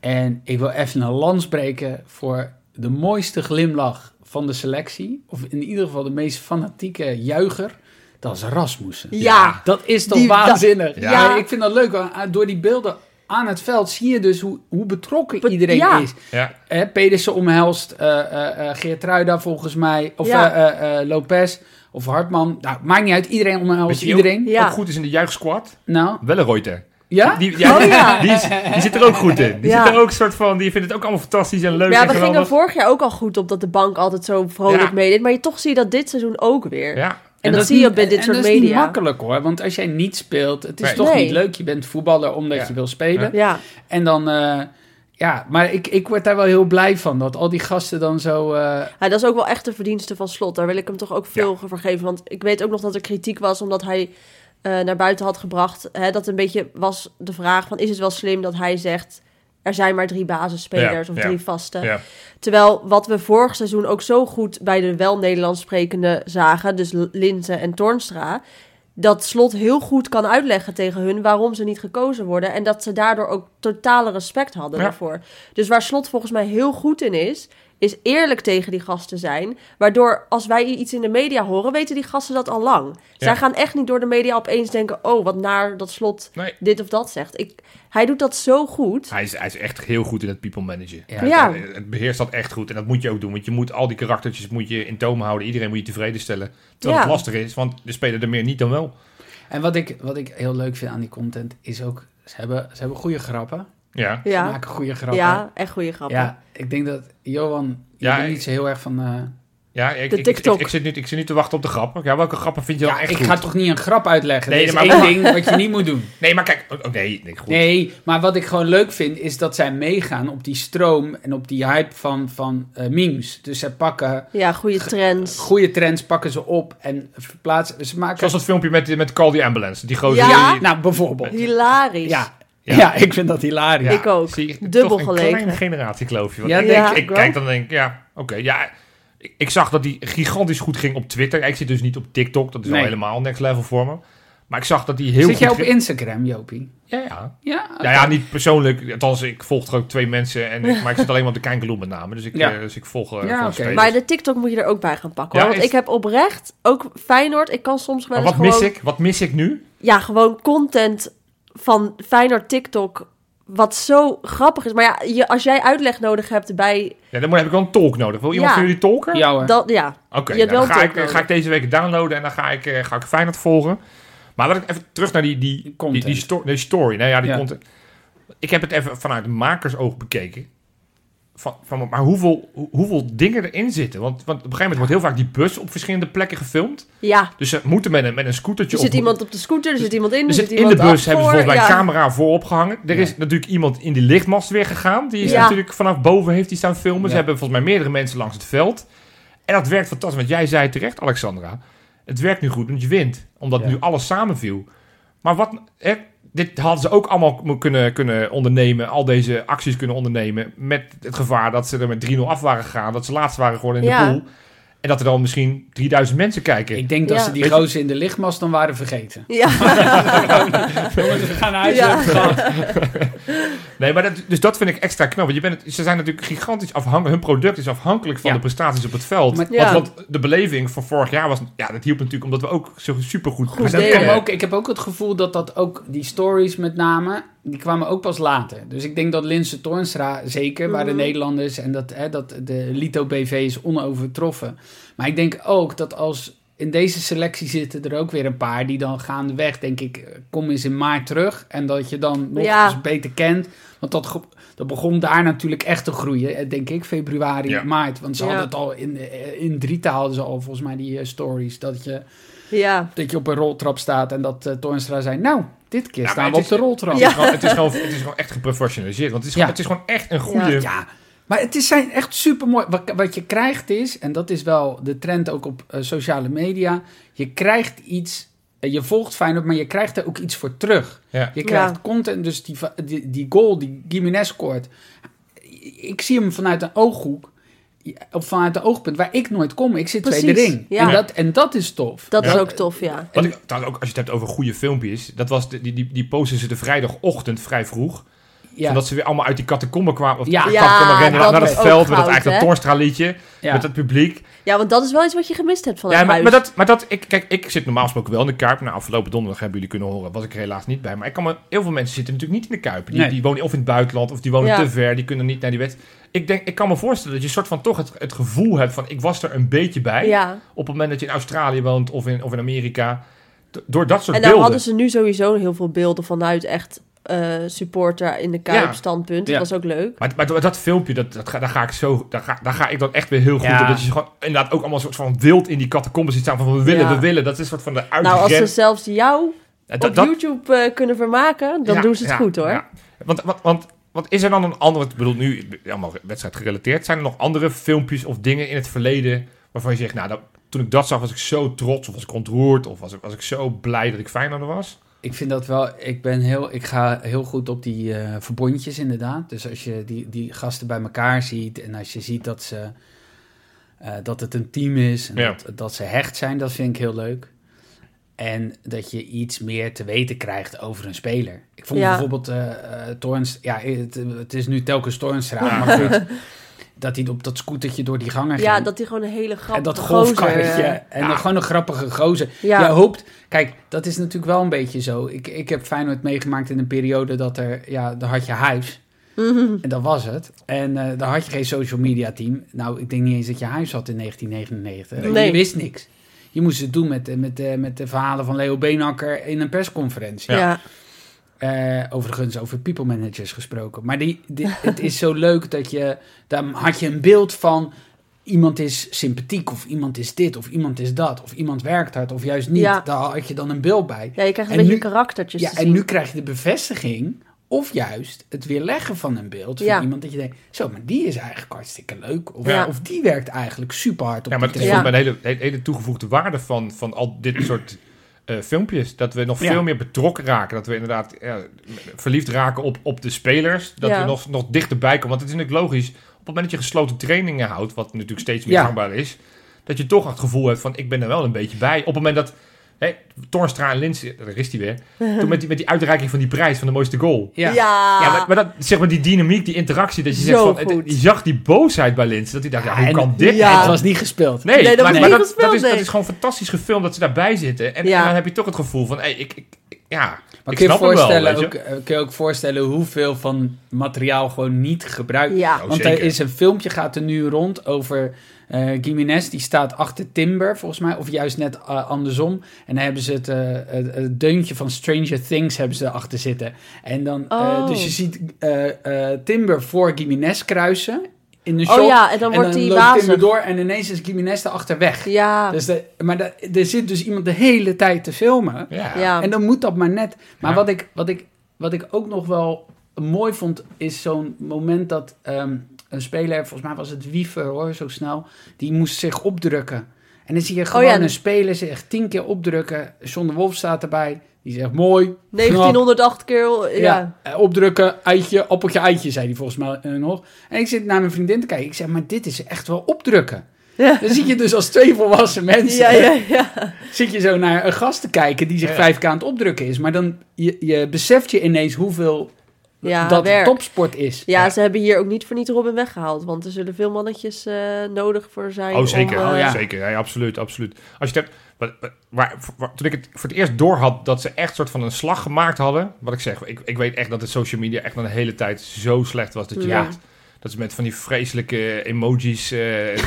S3: En ik wil even een lans breken voor de mooiste glimlach van de selectie. Of in ieder geval de meest fanatieke juicher. Dat is Rasmussen.
S4: Ja.
S3: Dat is toch
S4: Die-
S3: waanzinnig?
S2: dat- Ja.
S3: Maar Ik vind dat leuk. want, ah, Door die beelden aan het veld zie je dus hoe, hoe betrokken
S4: Be-
S3: iedereen
S4: ja.
S3: is.
S2: ja,
S3: Hè, Pedersen omhelst, eh eh, eh, Geertruida volgens mij, of
S4: Ja.
S3: eh, eh, eh, Lopez, of Hartman. Nou, maakt niet uit, iedereen
S2: weet
S3: omhelst
S2: je wie
S3: iedereen.
S2: Ook,
S4: Ja.
S2: ook goed is in de juichsquad?
S3: Nou,
S2: Wellenreuter.
S3: ja?
S2: Die, ja,
S4: Oh, ja.
S2: Die, is- die zit er ook goed in. Die
S4: Ja.
S2: zit er ook soort van, die vindt het ook allemaal fantastisch en leuk
S4: Ja,
S2: en
S4: we gingen
S2: geweldig.
S4: vorig jaar ook al goed op dat de bank altijd zo vrolijk
S2: Ja.
S4: meedeed. Maar je toch zie je dat dit seizoen ook weer.
S2: Ja,
S4: En, dat,
S3: is
S4: zie je
S3: niet-
S4: ook bij dit
S3: en
S4: soort
S3: dat is
S4: media.
S3: niet makkelijk hoor, want als jij niet speelt, het is
S2: Nee.
S3: toch
S4: Nee.
S3: niet leuk. Je bent voetballer omdat
S2: Ja.
S3: je wil spelen.
S4: Ja,
S3: En dan, eh, ja, maar ik, ik word daar wel heel blij van, dat al die gasten dan zo... eh,
S4: Ja, dat is ook wel echt de verdienste van Slot. Daar wil ik hem toch ook veel voor geven. Want ik weet ook nog dat er kritiek was omdat hij eh, naar buiten had gebracht. Hè, dat een beetje was de vraag van is het wel slim dat hij zegt... er zijn maar drie basisspelers
S2: Ja,
S4: of
S2: ja,
S4: drie vaste.
S2: ja.
S4: Terwijl wat we vorig seizoen ook zo goed bij de wel Nederlands sprekende zagen, dus L- Linse en Tornstra, dat Slot heel goed kan uitleggen tegen hun waarom ze niet gekozen worden en dat ze daardoor ook totale respect hadden
S2: Ja.
S4: daarvoor. Dus waar Slot volgens mij heel goed in is, is eerlijk tegen die gasten zijn, waardoor als wij iets in de media horen, weten die gasten dat al lang. Zij gaan echt niet door de media opeens denken, oh wat naar dat Slot
S2: Nee.
S4: dit of dat zegt. Ik, hij doet dat zo goed.
S2: Hij is, hij is echt heel goed in het people managen.
S3: Ja.
S2: Hij-
S4: Ja.
S2: hij- Het beheerst dat echt goed. En dat moet je ook doen. Want je moet al die karaktertjes moet je in toom houden. Iedereen moet je tevreden stellen. Terwijl
S4: Ja.
S2: het lastig is, want er spelen er meer niet dan wel.
S3: En wat ik, wat ik heel leuk vind aan die content is ook, ze hebben, ze hebben goede grappen.
S2: Ja,
S3: Ze
S4: Ja,
S3: maken goede grappen.
S4: ja echt goede grappen.
S3: Ja, ik denk dat Johan, je
S2: Ja,
S3: bent
S2: ik-
S3: niet zo heel erg van... eh,
S2: ja ik,
S4: De
S2: ik, ik-
S4: TikTok.
S2: Ik, zit nu, ik zit nu te wachten op de grappen. Ja, welke grappen vind je dan
S3: Ja,
S2: echt
S3: ik
S2: goed?
S3: ga toch niet een grap uitleggen.
S2: Nee,
S3: Nee, dat
S2: maar-
S3: is één ding wat je niet moet doen.
S2: Nee, maar kijk. oh, oh, nee, nee, goed.
S3: Nee, maar wat ik gewoon leuk vind is dat zij meegaan op die stroom en op die hype van, van eh, memes. Dus zij pakken
S4: Ja, goede trends.
S3: goede trends, pakken ze op en verplaatsen. Ze maken.
S2: Zoals dat filmpje met, met Call the Ambulance. Die gozer
S4: Ja.
S2: die...
S3: Nou, bijvoorbeeld.
S4: Hilarisch.
S3: Ja.
S2: Ja.
S3: Ja. ik vind dat hilarisch.
S4: ik ook.
S2: Zie je,
S4: Dubbel
S2: toch een
S4: gelegen.
S2: kleine generatiekloofje. Want
S3: Ja,
S2: ik,
S4: denk
S2: ik
S4: ik wel.
S2: kijk dan en denk ik, ja, oké. ja, ik, ik zag dat die gigantisch goed ging op Twitter. Ik zit dus niet op TikTok. Dat is
S3: Nee.
S2: al helemaal next level voor me. Maar ik zag dat die heel
S3: Zit jij
S2: goed
S3: op
S2: ging.
S3: Instagram, Jopie?
S2: Ja, ja. Nou
S3: Ja, oké.
S2: Ja, ja, niet persoonlijk. Althans, ik volg er ook twee mensen. En ik, maar ik zit alleen maar op de Kijkeloe met name. Dus ik,
S3: Ja.
S2: eh, dus ik volg... eh,
S3: Ja,
S2: gewoon
S3: oké.
S2: spelers.
S4: Maar de TikTok moet je er ook bij gaan pakken.
S2: Ja,
S4: hoor. Want
S2: is-
S4: ik heb oprecht, ook Feyenoord, ik kan soms wel
S2: Maar
S4: eens
S2: wat
S4: gewoon...
S2: mis ik? Wat mis ik nu?
S4: Ja, gewoon content van Feyenoord TikTok, wat zo grappig is. Maar ja, je, als jij uitleg nodig hebt bij...
S2: Ja, dan moet- heb ik wel een tolk nodig. Wil iemand
S4: Ja.
S2: van jullie tolken?
S3: Ja, hoor.
S4: Dat, ja,
S2: Oké,
S4: Je hebt
S2: nou,
S4: wel
S2: dan ga ik,
S4: tolk nodig.
S2: ga ik deze week downloaden en dan ga ik, eh, ga ik Feyenoord volgen. Maar laat ik even terug naar die, die, die,
S3: Content.
S2: die, sto- die story. Nou ja, die
S3: Ja.
S2: content. Ik heb het even vanuit makersoog bekeken. Van, van, maar hoeveel, hoe- hoeveel dingen erin zitten? Want, want op een gegeven moment wordt heel vaak die bus op verschillende plekken gefilmd.
S4: ja.
S2: Dus ze moeten met een, met een scootertje
S4: Er zit
S2: op-
S4: iemand op de scooter, er zit iemand in,
S2: er
S4: er
S2: zit
S4: zit
S2: Dus in
S4: iemand
S2: de bus
S4: achter
S2: hebben ze volgens mij
S4: voor.
S2: een
S4: Ja.
S2: camera voor opgehangen. Er is
S3: Ja.
S2: natuurlijk iemand in die lichtmast weer gegaan. Die is
S4: Ja.
S2: natuurlijk vanaf boven heeft die staan filmen. Ze
S3: Ja.
S2: hebben volgens mij meerdere mensen langs het veld. En dat werkt fantastisch. Want jij zei terecht, Alexandra. Het werkt nu goed, want je wint. Omdat
S3: Ja.
S2: nu alles samenviel. Maar wat... Hè, dit hadden ze ook allemaal mo- kunnen, kunnen ondernemen. Al deze acties kunnen ondernemen. Met het gevaar dat ze er met 3-0 af waren gegaan. Dat ze laatst waren geworden in
S4: Ja.
S2: de pool. En dat er dan misschien 3000 mensen kijken.
S3: Ik denk dat
S4: Ja.
S3: ze die
S2: Weet je-
S3: gozer in de lichtmast dan waren vergeten.
S4: Ja,
S3: Jongens, we gaan naar huis.
S4: Ja.
S2: Nee, maar dat, dus dat vind ik extra knap. Want je bent, het- ze zijn natuurlijk gigantisch afhankelijk. Hun product is afhankelijk van
S3: Ja.
S2: de prestaties op het veld.
S3: Maar-
S4: Ja.
S2: want, want de beleving van vorig jaar was... Ja, dat hielp natuurlijk omdat we ook zo supergoed
S4: Goed
S3: Maar dat
S4: delen.
S2: presteren.
S3: kwam ook, ik heb ook het gevoel dat dat ook, die stories met name, die kwamen ook pas later. Dus ik denk dat Linse Toornstra, zeker, waar de
S4: Mhm.
S3: Nederlanders en dat, hè, dat de Lito BV is onovertroffen. Maar ik denk ook dat als, in deze selectie zitten er ook weer een paar die dan gaandeweg, denk ik, eh, kom eens in maart terug. En dat je dan nog
S4: Ja.
S3: eens beter kent. Want dat, ge- dat begon daar natuurlijk echt te groeien, eh, denk ik, februari,
S2: Ja.
S3: maart. Want ze
S4: Ja.
S3: hadden het al, in, eh, in Drita hadden ze al volgens mij die eh, stories, dat je
S4: ja.
S3: dat je op een roltrap staat en dat eh Toornstra zei... Nou, dit keer
S2: Ja, maar
S3: staan we
S2: het
S3: op de
S2: is-
S3: roltrap.
S2: Het is gewoon- het, is gewoon, het is gewoon echt geprofessionaliseerd. Want het is, gewoon-
S3: Ja.
S2: het is gewoon echt een goede...
S3: Ja, maar het is zijn echt supermooi. Wat, wat je krijgt is, en dat is wel de trend ook op eh, sociale media... Je krijgt iets... eh, Je volgt Feyenoord, maar je krijgt er ook iets voor terug.
S2: Ja.
S3: Je
S4: Ja.
S3: krijgt content, dus die, va- die, die goal die Gimenez scoort... eh, Ik zie hem vanuit een ooghoek, of vanuit een oogpunt waar ik nooit kom. Ik zit
S4: Precies,
S3: tweede ring.
S4: ja.
S3: En, dat, en dat is tof.
S4: dat is
S2: Ja.
S4: ook tof, ja.
S2: Wat ik, trouwens ook als je het hebt over goede filmpjes. Dat was de- die, die, die posten ze de vrijdagochtend vrij vroeg.
S3: ja.
S2: Zodat ze weer allemaal uit die katacomben kwamen. Of
S3: Ja.
S2: ja,
S4: Ja,
S2: rennen
S4: dat
S2: naar het
S4: is ook
S2: veld. Met dat
S4: goud,
S2: eigenlijk
S4: hè?
S2: dat Torstra liedje.
S3: Ja.
S2: Met dat publiek.
S4: Ja, want dat is wel iets wat je gemist hebt van
S2: Ja,
S4: het
S2: maar,
S4: huis.
S2: maar dat, maar dat ik, kijk, ik zit normaal gesproken wel in de Kuip. Nou, afgelopen donderdag hebben jullie kunnen horen, was ik er helaas niet bij. Maar ik kan me, heel veel mensen zitten natuurlijk niet in de Kuip. Die,
S3: Nee.
S2: die wonen of in het buitenland, of die wonen
S4: Ja.
S2: te ver, die kunnen niet naar die wedstrijd. Ik, denk, ik kan me voorstellen dat je soort van toch het, het gevoel hebt van, ik was er een beetje bij.
S4: Ja.
S2: Op het moment dat je in Australië woont, of in, of in Amerika. Do- Door dat soort
S4: En daar
S2: beelden.
S4: hadden ze nu sowieso heel veel beelden vanuit echt eh, supporter in de Kuip
S2: Ja.
S4: standpunt.
S3: Ja.
S4: Dat was ook leuk.
S2: Maar, maar dat- dat filmpje, dat, dat, ga- daar, ga ik zo, daar, ga, daar ga ik dan echt weer heel goed
S3: Ja.
S2: op. Dat je gewoon inderdaad ook allemaal een soort van wild in die catacomben ziet staan. Van we willen,
S4: Ja.
S2: we willen. Dat is een soort van de
S4: nou, als ze
S2: uitgren-
S4: zelfs jou
S2: Ja,
S4: op YouTube eh, kunnen vermaken, dan
S2: Ja,
S4: doen ze het
S2: ja,
S4: goed hoor.
S2: ja. Want, want, want, want is er dan een andere, ik bedoel nu allemaal wedstrijd gerelateerd, zijn er nog andere filmpjes of dingen in het verleden waarvan je zegt, nou dat, toen ik dat zag was ik zo trots of was ik ontroerd of was ik, was ik zo blij dat ik Feyenoord was?
S3: Ik vind dat wel, ik ben heel, ik ga heel goed op die eh, verbondjes inderdaad. Dus als je die, die gasten bij elkaar ziet en als je ziet dat ze, eh, dat het een team is en
S2: Ja.
S3: dat, dat ze hecht zijn, dat vind ik heel leuk. En dat je iets meer te weten krijgt over een speler. Ik vond
S4: Ja.
S3: bijvoorbeeld eh eh, Toorns, ja, het, het is nu telkens Toornstra,
S2: Ja.
S3: maar goed, dat hij op dat scootertje door die gangen ging.
S4: Ja, dat die gewoon een hele grappige
S3: en dat
S4: gozer,
S3: golfkarretje.
S4: eh,
S3: En dan gewoon een grappige gozer.
S4: Ja.
S3: Je hoopt... Kijk, dat is natuurlijk wel een beetje zo. Ik, ik heb Feyenoord meegemaakt in een periode dat er... Ja, daar had je huis. En dat was het. En eh daar had je geen social media team. Nou, ik denk niet eens dat je huis had in 1999.
S4: Nee.
S3: Je wist niks. Je moest het doen met, de- met, de- met de verhalen van Leo Beenhakker in een persconferentie.
S4: Ja.
S3: Eh, overigens over people managers gesproken. Maar die, die- het is zo leuk dat je... Daar had je een beeld van... Iemand is sympathiek of iemand is dit of iemand is dat. Of iemand werkt hard of juist niet.
S4: Ja.
S3: Daar had je dan een beeld bij.
S4: Ja, je krijgt een
S3: En
S4: beetje
S3: nu-
S4: karaktertjes
S3: Ja,
S4: te
S3: en
S4: zien.
S3: nu krijg je de bevestiging... Of juist het weerleggen van een beeld van
S4: Ja.
S3: iemand dat je denkt... Zo, maar die is eigenlijk hartstikke leuk. Of,
S4: Ja.
S3: of die werkt eigenlijk super hard op
S2: Ja, maar het
S3: die
S2: is
S4: Ja.
S3: telefoon.
S2: volgens mij de hele, hele, hele toegevoegde waarde van, van al dit soort eh, filmpjes. Dat we nog
S3: Ja.
S2: veel meer betrokken raken. Dat we inderdaad eh, verliefd raken op, op de spelers. Dat
S4: Ja.
S2: we nog, nog dichterbij komen. Want het is natuurlijk logisch. Op het moment dat je gesloten trainingen houdt, wat natuurlijk steeds meer
S3: Ja.
S2: gangbaar is. Dat je toch het gevoel hebt van ik ben er wel een beetje bij. Op het moment dat hè, Torstra en Lins, daar is hij weer. Toen met die, met die uitreiking van die prijs van de mooiste goal.
S4: Ja.
S2: Ja, maar, maar dat, zeg maar die dynamiek, die interactie. Dat je,
S4: Zo
S2: zegt van, het-
S4: goed.
S2: je zag die boosheid bij Lins. Dat hij dacht, ja, hoe
S3: en-
S2: kan dit
S4: Ja.
S3: En Het was niet gespeeld.
S2: Nee,
S4: Nee, dat
S2: maar,
S4: was
S2: maar
S4: niet
S2: dat,
S4: gespeeld,
S2: dat, is, dat
S4: nee.
S2: is gewoon fantastisch gefilmd dat ze daarbij zitten. En,
S4: Ja.
S2: en dan heb je toch het gevoel van, hey, ik, ik, ik- ja,
S3: Maar
S2: ik
S3: kun je,
S2: snap hem wel,
S3: voorstellen,
S2: weet je.
S3: ook, eh, kun je ook voorstellen hoeveel van materiaal gewoon niet gebruikt
S4: Ja.
S2: Oh,
S3: Want
S2: zeker.
S3: er is een filmpje gaat er nu rond over eh Gimenez. Die staat achter Timber, volgens mij. Of juist net eh, andersom. En dan hebben ze het, eh, het- het deuntje van Stranger Things hebben ze achter zitten. En dan, eh,
S4: Oh.
S3: dus je ziet eh, eh, Timber voor Gimenez kruisen in de shot.
S4: Oh ja, en dan wordt die
S3: loopt Timber
S4: wazig.
S3: door en ineens is Gimenez erachter weg.
S4: Ja,
S3: Dus de, maar da- er zit dus iemand de hele tijd te filmen.
S2: Ja.
S4: ja.
S3: En dan moet dat maar net. Maar
S2: Ja.
S3: wat, ik, wat, ik, wat ik ook nog wel mooi vond, is zo'n moment dat ehm, een speler, volgens mij was het Wiever hoor, zo snel, die moest zich opdrukken. En dan zie je gewoon
S4: Oh ja.
S3: een speler zich tien keer opdrukken. John de Wolf staat erbij. Die zegt mooi.
S4: 1908 keer.
S3: knap. Ja.
S4: Ja.
S3: eh, Opdrukken, eitje, appeltje, eitje, zei hij volgens mij eh, nog. En ik zit naar mijn vriendin te kijken. Ik zeg, maar dit is echt wel opdrukken.
S4: Ja. Ja.
S3: Dan zit je dus als twee volwassen mensen,
S4: Ja, ja, ja.
S3: zit je zo naar een gast te kijken die zich
S2: Ja.
S3: vijf keer aan het opdrukken is. Maar dan je, je beseft je ineens hoeveel
S4: ja
S3: dat
S4: werk.
S3: topsport is.
S4: Ja, ze hebben hier ook niet voor niet Robin weggehaald. Want er zullen veel mannetjes eh, nodig voor zijn.
S2: Oh, zeker.
S4: om, eh,
S3: Oh, ja.
S2: Zeker, ja, ja, absoluut, absoluut. Als je het hebt- wat- wat- waar, waar- toen ik het voor het eerst door had dat ze echt soort van een slag gemaakt hadden. Wat ik zeg, ik, ik weet echt dat de social media echt al de hele tijd zo slecht was. Dat, je
S4: Ja.
S2: echt- dat ze met van die vreselijke emojis eh,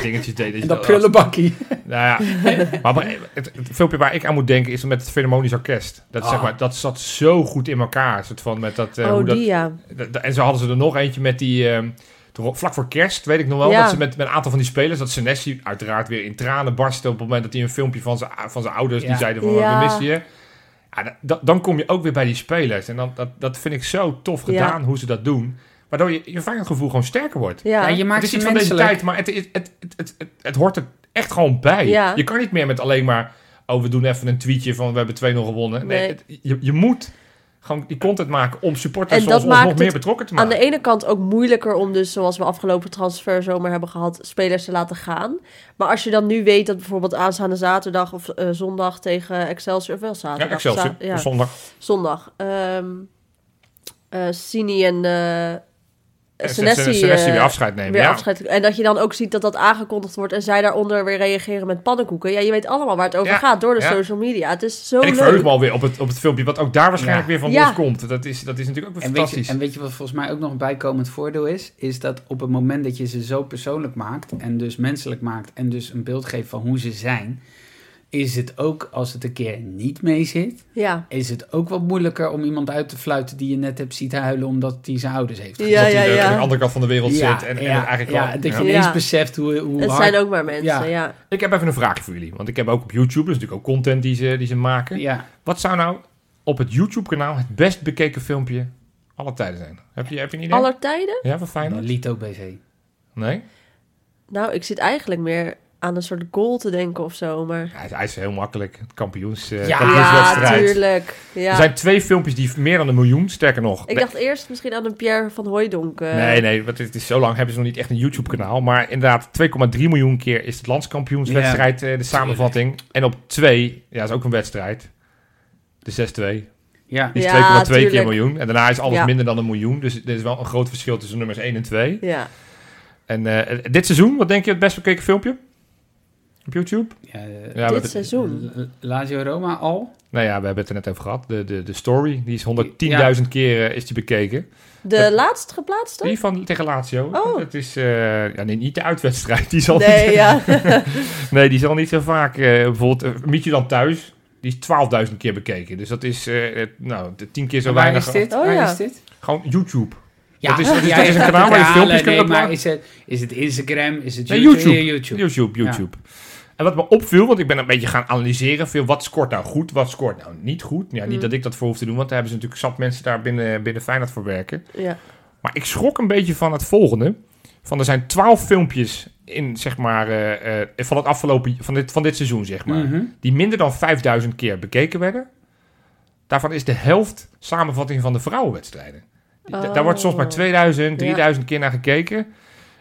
S2: dingetjes deden.
S3: En
S2: je
S3: dat
S2: dacht,
S3: prullenbakkie.
S2: Nou ja, maar maar het, het filmpje waar ik aan moet denken is met het Philharmonisch Orkest. Dat, zeg
S3: Ah.
S2: maar, dat zat zo goed in elkaar. Soort van met dat, eh,
S4: oh,
S2: hoe dat,
S4: die ja.
S2: da- da- en zo hadden ze er nog eentje met die... ehm, toch vlak voor kerst, weet ik nog wel,
S4: Ja.
S2: dat ze met, met een aantal van die spelers... dat Senesi uiteraard weer in tranen barstte... op het moment dat hij een filmpje van zijn, van zijn ouders...
S3: Ja.
S2: die zeiden van, "Oh,
S4: Ja.
S2: we missen je. Ja, da- da- dan kom je ook weer bij die spelers. En dan, dat, dat vind ik zo tof
S4: Ja.
S2: gedaan, hoe ze dat doen. Waardoor je, je vijandgevoel gewoon sterker wordt.
S4: Ja.
S3: Ja, je maakt
S2: het is
S3: ze
S2: iets van deze
S3: menselijk.
S2: tijd, maar het, het, het, het, het, het, het hoort er echt gewoon bij.
S4: Ja.
S2: Je kan niet meer met alleen maar... oh, we doen even een tweetje van we hebben 2-0 gewonnen. Nee,
S4: Nee.
S2: het- je, je moet gewoon die content maken... om supporters
S4: En
S2: zoals
S4: dat
S2: ons nog
S4: maakt
S2: meer
S4: het
S2: betrokken te
S4: Aan
S2: maken.
S4: de ene kant ook moeilijker om dus, zoals we afgelopen transferzomer hebben gehad, spelers te laten gaan. Maar als je dan nu weet dat bijvoorbeeld aanstaande zaterdag of eh, zondag tegen Excelsior, of wel
S2: Ja,
S4: zaterdag,
S2: Excelsior,
S4: za- ja,
S2: op zondag.
S4: zondag, ehm eh, Sini en eh Senesi,
S2: Senesi Senesi
S4: eh,
S2: weer afscheid nemen.
S4: weer
S2: ja.
S4: afscheid- En dat je dan ook ziet dat dat aangekondigd wordt en zij daaronder weer reageren met pannenkoeken. Ja, je weet allemaal waar het over
S2: Ja,
S4: gaat door de
S2: ja.
S4: social media. Het is zo
S2: En ik verheug
S4: leuk.
S2: me alweer op het, op het filmpje, wat ook daar waarschijnlijk
S3: Ja.
S2: weer van
S4: Ja.
S2: komt. Dat is, dat is natuurlijk ook weer
S3: En weet, je,
S2: fantastisch.
S3: en weet je wat volgens mij ook nog een bijkomend voordeel is? Is dat op het moment dat je ze zo persoonlijk maakt en dus menselijk maakt en dus een beeld geeft van hoe ze zijn, is het ook als het een keer niet mee zit,
S4: Ja.
S3: is het ook wat moeilijker om iemand uit te fluiten die je net hebt ziet huilen omdat hij zijn ouders heeft.
S4: Ja,
S3: gezien.
S2: dat hij
S4: ja,
S2: eh,
S4: ja.
S2: aan de andere kant van de wereld
S3: Ja,
S2: zit. En, en
S3: ja,
S2: eigenlijk
S3: ja,
S2: wel-
S3: dat je
S2: ja.
S3: ineens
S4: Ja.
S3: beseft hoe, hoe
S4: Het
S3: hard...
S4: zijn ook maar mensen,
S3: Ja.
S4: ja.
S2: Ik heb even een vraagje voor jullie. Want ik heb ook op YouTube, dus natuurlijk ook content die ze, die ze maken.
S3: Ja.
S2: Wat zou nou op het YouTube-kanaal het best bekeken filmpje aller tijden zijn? Heb je, heb je een idee?
S4: Aller tijden?
S2: Ja, van Feyenoord?
S3: Lito BV.
S2: Nee?
S4: Nou, ik zit eigenlijk meer aan een soort goal te denken of zo, maar...
S2: Ja, hij is- hij is heel makkelijk. Het kampioens, eh,
S3: Ja,
S4: Ja,
S2: kampioenswedstrijd.
S4: tuurlijk. Ja.
S2: Er zijn twee filmpjes die meer dan een miljoen, sterker nog.
S4: Ik
S2: de
S4: dacht eerst misschien aan een Pierre van Hooijdonk. eh.
S2: Nee, nee, want het is zo lang hebben ze nog niet echt een YouTube-kanaal. Maar inderdaad, 2,3 miljoen keer is het landskampioenswedstrijd eh, de samenvatting. En op 2, ja, is ook een wedstrijd. De 6-2.
S3: Ja.
S2: Die is
S4: Ja,
S2: 2,2 keer
S4: tuurlijk.
S2: miljoen. En daarna is alles
S4: Ja.
S2: minder dan een miljoen. Dus er is wel een groot verschil tussen nummers 1 en 2.
S4: Ja.
S2: En eh, dit seizoen, wat denk je het best bekeken filmpje? Op YouTube?
S3: ja, eh,
S2: Ja, we,
S4: dit
S2: hebben-
S4: seizoen.
S3: L- Lazio Roma al.
S2: nou ja, we hebben het er net over gehad. De, de, de story, die is 110.000 keer eh, is die bekeken.
S4: De
S2: Het-
S4: laatst geplaatste?
S2: Die van tegen Lazio.
S4: Oh.
S2: Dat is eh, ja, nee, niet de uitwedstrijd. Die zal niet
S4: Nee, ja.
S2: Nee, die is al niet zo vaak. eh, bijvoorbeeld uh, dan thuis. Die is 12.000 keer bekeken. Dus dat is eh, eh, nou, de tien keer zo
S3: En waar
S2: weinig.
S3: is dit?
S4: Oh,
S3: waar
S4: ja.
S3: is dit?
S2: Gewoon YouTube.
S3: Ja,
S2: Dat is- dat is- dat is een
S3: ja,
S2: kanaal waar je
S3: ja,
S2: filmpjes
S3: nee,
S2: kunt uploaden.
S3: maar is het, is het Instagram? Is het
S2: Nee,
S3: YouTube?
S2: YouTube.
S3: Ja, YouTube.
S2: YouTube, YouTube. En wat me opviel, want ik ben een beetje gaan analyseren. Veel, wat scoort nou goed, wat scoort nou niet goed. Ja, niet
S4: Mm.
S2: dat ik dat voor hoef te doen, want daar hebben ze natuurlijk zat mensen daar binnen, binnen Feyenoord voor werken.
S4: ja.
S2: Maar ik schrok een beetje van het volgende. Van er zijn 12 filmpjes in, zeg maar, eh, eh, van het afgelopen, van dit, van dit seizoen, zeg maar.
S3: Mhm.
S2: die minder dan 5000 keer bekeken werden. Daarvan is de helft samenvatting van de vrouwenwedstrijden. Die- da- Daar wordt soms maar
S4: Oh.
S2: 2000,
S4: Ja.
S2: 3000 keer naar gekeken.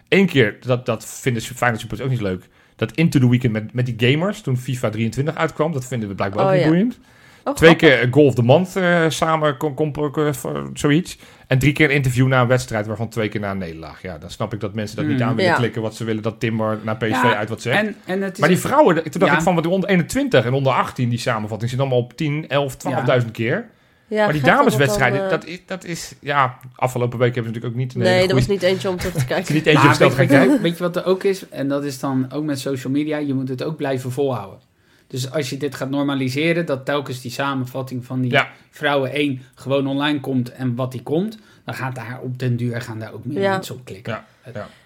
S2: Eén keer, dat, dat vinden su- Feyenoord supporters ook niet leuk. Dat Into the Weekend met, met die gamers, toen FIFA 23 uitkwam. Dat vinden we blijkbaar ook
S4: Oh,
S2: niet
S4: ja.
S2: boeiend.
S4: Oh,
S2: Twee
S4: grappig.
S2: keer eh, Goal of the Month eh, samen, kom, kom, eh, voor zoiets. En drie keer een interview na een wedstrijd, waarvan twee keer na een nederlaag. Ja, dan snap ik dat mensen dat niet
S3: Hmm.
S2: aan willen
S4: Ja.
S2: klikken. Wat ze willen dat Timber naar PSV
S3: Ja,
S2: uit wat zegt.
S3: En, en het is
S2: Maar die vrouwen, toen dacht
S3: Ja.
S2: ik van wat onder 21 en onder 18, die samenvatting zit allemaal op 10, 11, 12.000 keer.
S4: Ja,
S2: maar die
S4: gek dat
S2: dameswedstrijden,
S4: dat
S2: dat,
S4: dan,
S2: is, dat is, ja, afgelopen week hebben ze natuurlijk ook
S4: eh,
S2: niet.
S4: Nee,
S2: hele
S4: er was
S2: goeie-
S4: niet eentje om terug te
S2: het is
S4: kijken.
S2: niet eentje
S3: Maar
S2: op stel
S3: weet,
S2: gaan
S3: je-
S2: kijken.
S3: weet je wat er ook is? En dat is dan ook met social media. Je moet het ook blijven volhouden. Dus als je dit gaat normaliseren, dat telkens die samenvatting van die
S2: Ja.
S3: vrouwen één gewoon online komt en wat die komt, dan gaat daar op den duur gaan daar ook meer
S4: Ja.
S3: mensen op klikken.
S2: Ja.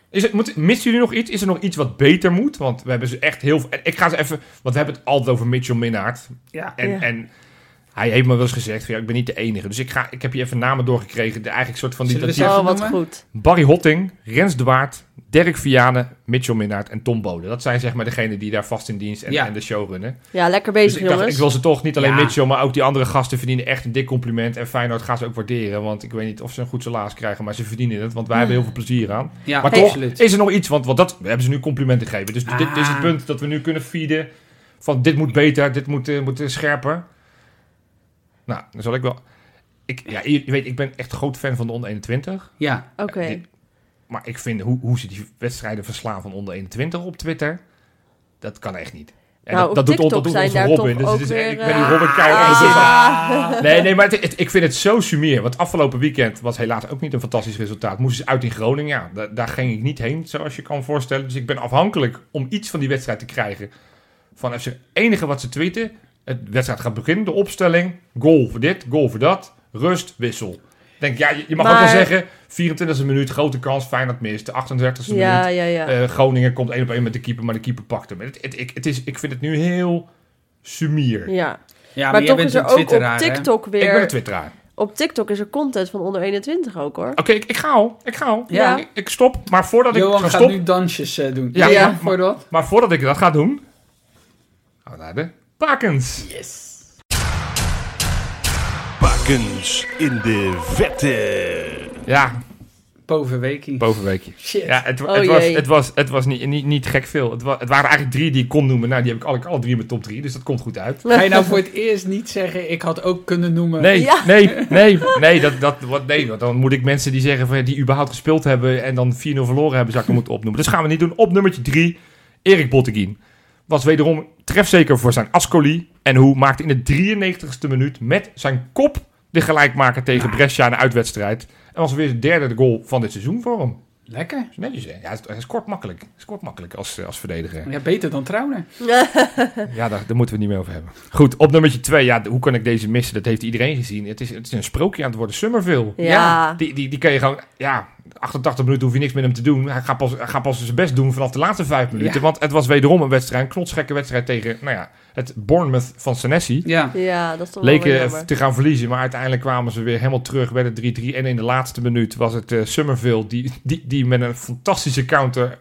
S2: Is het, moet, missen jullie nog iets? Is er nog iets wat beter moet? Want we hebben ze echt heel veel. en Ik ga ze even. Want we hebben het altijd over Mitchell Minnaert.
S3: Ja.
S2: En,
S4: Ja.
S2: en Hij heeft me wel eens gezegd, van, ja, ik ben niet de enige. Dus ik, ga, ik heb hier even namen doorgekregen. De, eigenlijk soort van die...
S3: Zullen we
S2: dat die-
S3: even
S4: Oh, wat
S3: noemen?
S4: goed.
S2: Barry Hotting, Rens de Waard, Dirk Vianen, Mitchell Minnaert en Tom Bode. Dat zijn zeg maar degenen die daar vast in dienst en,
S3: Ja.
S2: en de show runnen.
S4: Ja, lekker
S2: Dus
S4: bezig,
S2: ik dacht,
S4: jongens.
S2: ik wil ze toch, niet alleen
S3: Ja.
S2: Mitchell, maar ook die andere gasten verdienen echt een dik compliment. En Feyenoord gaat ze ook waarderen, want ik weet niet of ze een goed salaris krijgen, maar ze verdienen het, want wij hebben heel veel plezier aan.
S3: Ja,
S2: Maar toch
S3: absoluut.
S2: is er nog iets, want, want dat hebben ze nu complimenten gegeven. Dus dit, dit is het
S3: Ah.
S2: punt dat we nu kunnen feeden van dit moet beter, dit moet, eh, moet eh, scherper. Nou, dan zal ik wel... Ik, ja, je weet, ik ben echt groot fan van de onder 21.
S3: Ja,
S4: Oké.
S2: Dit- Maar ik vind hoe, hoe ze die wedstrijden verslaan van onder 21 op Twitter, dat kan echt niet. En
S4: Nou,
S2: dat,
S4: op
S2: dat doet, on- dat
S4: TikTok
S2: doet
S4: zijn
S2: onze
S4: daar
S2: Robin.
S4: toch
S2: Dus het
S4: ook
S2: is, echt- ik
S4: weer,
S2: ben die
S4: eh,
S2: Robin keihard.
S4: ah.
S2: en het is echt- Nee, nee, maar het- het- ik vind het zo sumier. Want afgelopen weekend was helaas ook niet een fantastisch resultaat. Moesten ze uit in Groningen. Ja, da- daar ging ik niet heen, zoals je kan voorstellen. Dus ik ben afhankelijk om iets van die wedstrijd te krijgen. Van als je enige wat ze tweeten. Het wedstrijd gaat beginnen, de opstelling. Goal voor dit, goal voor dat. Rust, wissel. Ik Denk, ja, je, je mag ook wel
S4: Maar-
S2: zeggen, 24e minuut, grote kans, Feyenoord mist. De 38e minuut,
S4: Ja, ja, ja.
S2: eh, Groningen komt één op één met de keeper, maar de keeper pakt hem. Het, het, ik, het is, ik vind het nu heel sumier.
S4: ja.
S3: ja
S4: Maar,
S3: maar, jij
S4: toch
S3: bent
S4: is
S3: een
S4: er ook op
S3: twitteraar, hè?
S4: TikTok
S2: Ik ben een
S4: weer...
S2: twitteraar. Oké,
S4: Op TikTok is er content van onder 21 ook, hoor.
S2: ik, ik ga al. Ik ga al.
S4: Ja.
S2: Ik, ik stop. Maar voordat ik
S3: Johan
S2: ga
S3: gaat
S2: stop,
S3: nu dansjes eh, doen.
S2: Ja,
S3: Ja,
S4: ja.
S3: voor dat.
S2: maar voordat ik dat ga doen, gaan we naar de bakens.
S3: Yes.
S1: Bakens in de vette.
S2: Ja,
S3: Bovenweking.
S2: bovenweekje.
S3: Shit.
S2: Ja, het, wa-
S4: Oh,
S2: het was,
S4: jee.
S2: het was, het was niet, niet, niet gek veel. Het, wa- het waren eigenlijk drie die ik kon noemen. Nou, die heb ik alle, alle drie in mijn top drie, dus dat komt goed uit.
S3: Ga je nou voor het eerst niet zeggen, ik had ook kunnen noemen.
S2: Nee,
S4: Ja.
S2: nee, nee, nee, dat, dat, wat, nee. want Dan moet ik mensen die zeggen van, ja, die überhaupt gespeeld hebben en dan 4-0 verloren hebben, zou ik hem moeten opnoemen. Dus gaan we niet doen. Op nummertje 3, Erik Botteguin. Was wederom trefzeker voor zijn Ascoli. En hoe maakte in de 93ste minuut met zijn kop de gelijkmaker tegen Brescia in de uitwedstrijd. En was weer de derde goal van dit seizoen voor hem.
S3: Lekker.
S2: Dat is netjes, hè? Ja, hij- hij scoort makkelijk. Hij scoort makkelijk als, eh, als verdediger.
S3: Ja, beter dan Trouwner.
S2: Ja, daar, daar moeten we het niet meer over hebben. Goed, op nummertje 2. Ja, de- hoe kan ik deze missen? Dat heeft iedereen gezien. Het is, het is een sprookje aan het worden. Summerville.
S4: Ja.
S2: Die, die, die kan je gewoon... Ja, 88 minuten hoef je niks met hem te doen. Hij gaat pas, hij gaat pas zijn best doen vanaf de laatste vijf minuten.
S3: Ja.
S2: Want het was wederom een wedstrijd. Een knotsgekke wedstrijd tegen, nou ja, het Bournemouth van Senesi.
S3: Ja.
S4: Ja, dat is toch wel weer
S2: Leken
S4: jammer.
S2: te gaan verliezen, maar uiteindelijk kwamen ze weer helemaal terug. Werd het 3-3. En in de laatste minuut was het eh, Summerville die, die, die met een fantastische counter,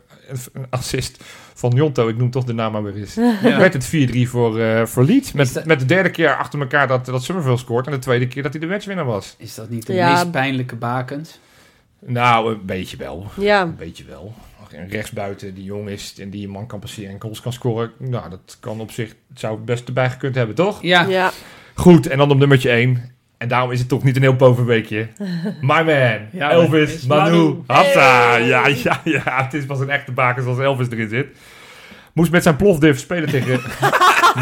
S2: een assist van Jonto, ik noem toch de naam maar weer eens.
S3: ja.
S2: Werd het 4-3 voor, eh voor Leeds. Met,
S3: Is dat-
S2: met de derde keer achter elkaar dat, dat Summerville scoort. En de tweede keer dat hij de matchwinnaar was.
S3: Is dat niet de
S4: Ja.
S3: meest pijnlijke bakens?
S2: Nou, een beetje wel.
S4: Ja.
S2: Een beetje wel. Een rechtsbuiten die jong is en die een man kan passeren en goals kan scoren. Nou, dat kan op zich, het zou best erbij gekund hebben, toch?
S3: Ja.
S4: Ja.
S2: Goed, en dan op nummertje 1. En daarom is het toch niet een heel bovenweekje. My man,
S3: Ja,
S2: Elvis,
S3: man.
S2: Manu,
S3: Manu.
S2: Hapta. Ja, ja, ja. Het is pas een echte baken als Elvis erin zit. Moest met zijn plofdiff spelen tegen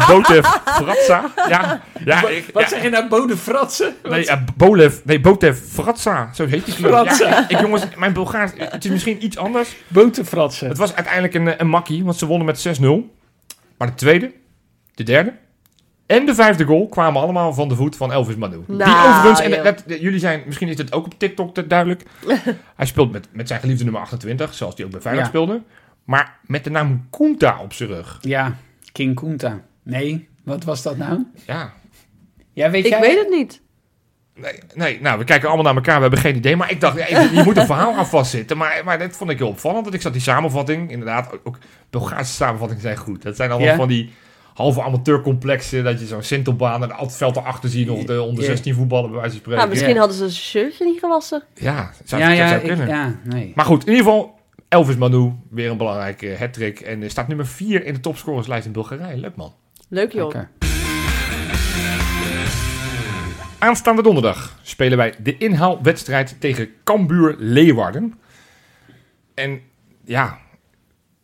S2: Botev Fratsa. Ja, ja. ik-
S3: Wat
S2: ja.
S3: zeg je nou, Bode Fratsen?
S2: Nee, eh, Bolev, nee, Botev Fratsa. Zo heet die club.
S3: Fratsa.
S2: Ja, ik, jongens, mijn Bulgaars, het is misschien iets anders.
S3: Bode Fratsen.
S2: Het was uiteindelijk een, eh, een makkie, want ze wonnen met 6-0. Maar de tweede, de derde en de vijfde goal kwamen allemaal van de voet van Elvis Manu. die
S4: Nou,
S2: overigens, en
S4: joh.
S2: dat- dat- jullie zijn, misschien is het ook op TikTok te- duidelijk. hij speelt met, met zijn geliefde nummer 28, zoals die ook bij Feyenoord
S3: Ja.
S2: speelde. Maar met de naam Kunta op zijn rug.
S3: Ja, King Kunta. Nee, wat was dat nou?
S2: Ja.
S3: Ja, weet
S4: Ik
S3: jij?
S4: weet het niet.
S2: Nee, nee, nou, we kijken allemaal naar elkaar, we hebben geen idee. Maar ik dacht, ja, je, je moet een verhaal aan vastzitten. Maar, maar dat vond ik heel opvallend. Want ik zat die samenvatting, inderdaad, ook, ook Bulgaarse samenvattingen zijn goed. Dat zijn allemaal
S3: Ja.
S2: van die halve amateurcomplexen. Dat je zo'n sintelbaan en het veld erachter zien. Of de onder
S3: Ja.
S2: 16 voetballen bij wijze van
S4: Nou,
S2: spreken.
S4: misschien
S3: Ja.
S4: hadden ze zijn shirtje niet gewassen.
S2: Ja, zou,
S3: Ja,
S2: dat
S3: ja,
S2: zou
S3: ik-
S2: kunnen.
S3: ja, nee.
S2: Maar goed, in ieder geval, Elvis Manu, weer een belangrijke hat-trick. En eh, staat nummer 4 in de topscorerslijst in Bulgarije. Leuk man.
S4: Leuk, joh.
S3: Lekker.
S2: Aanstaande donderdag spelen wij de inhaalwedstrijd tegen Cambuur Leeuwarden. En ja,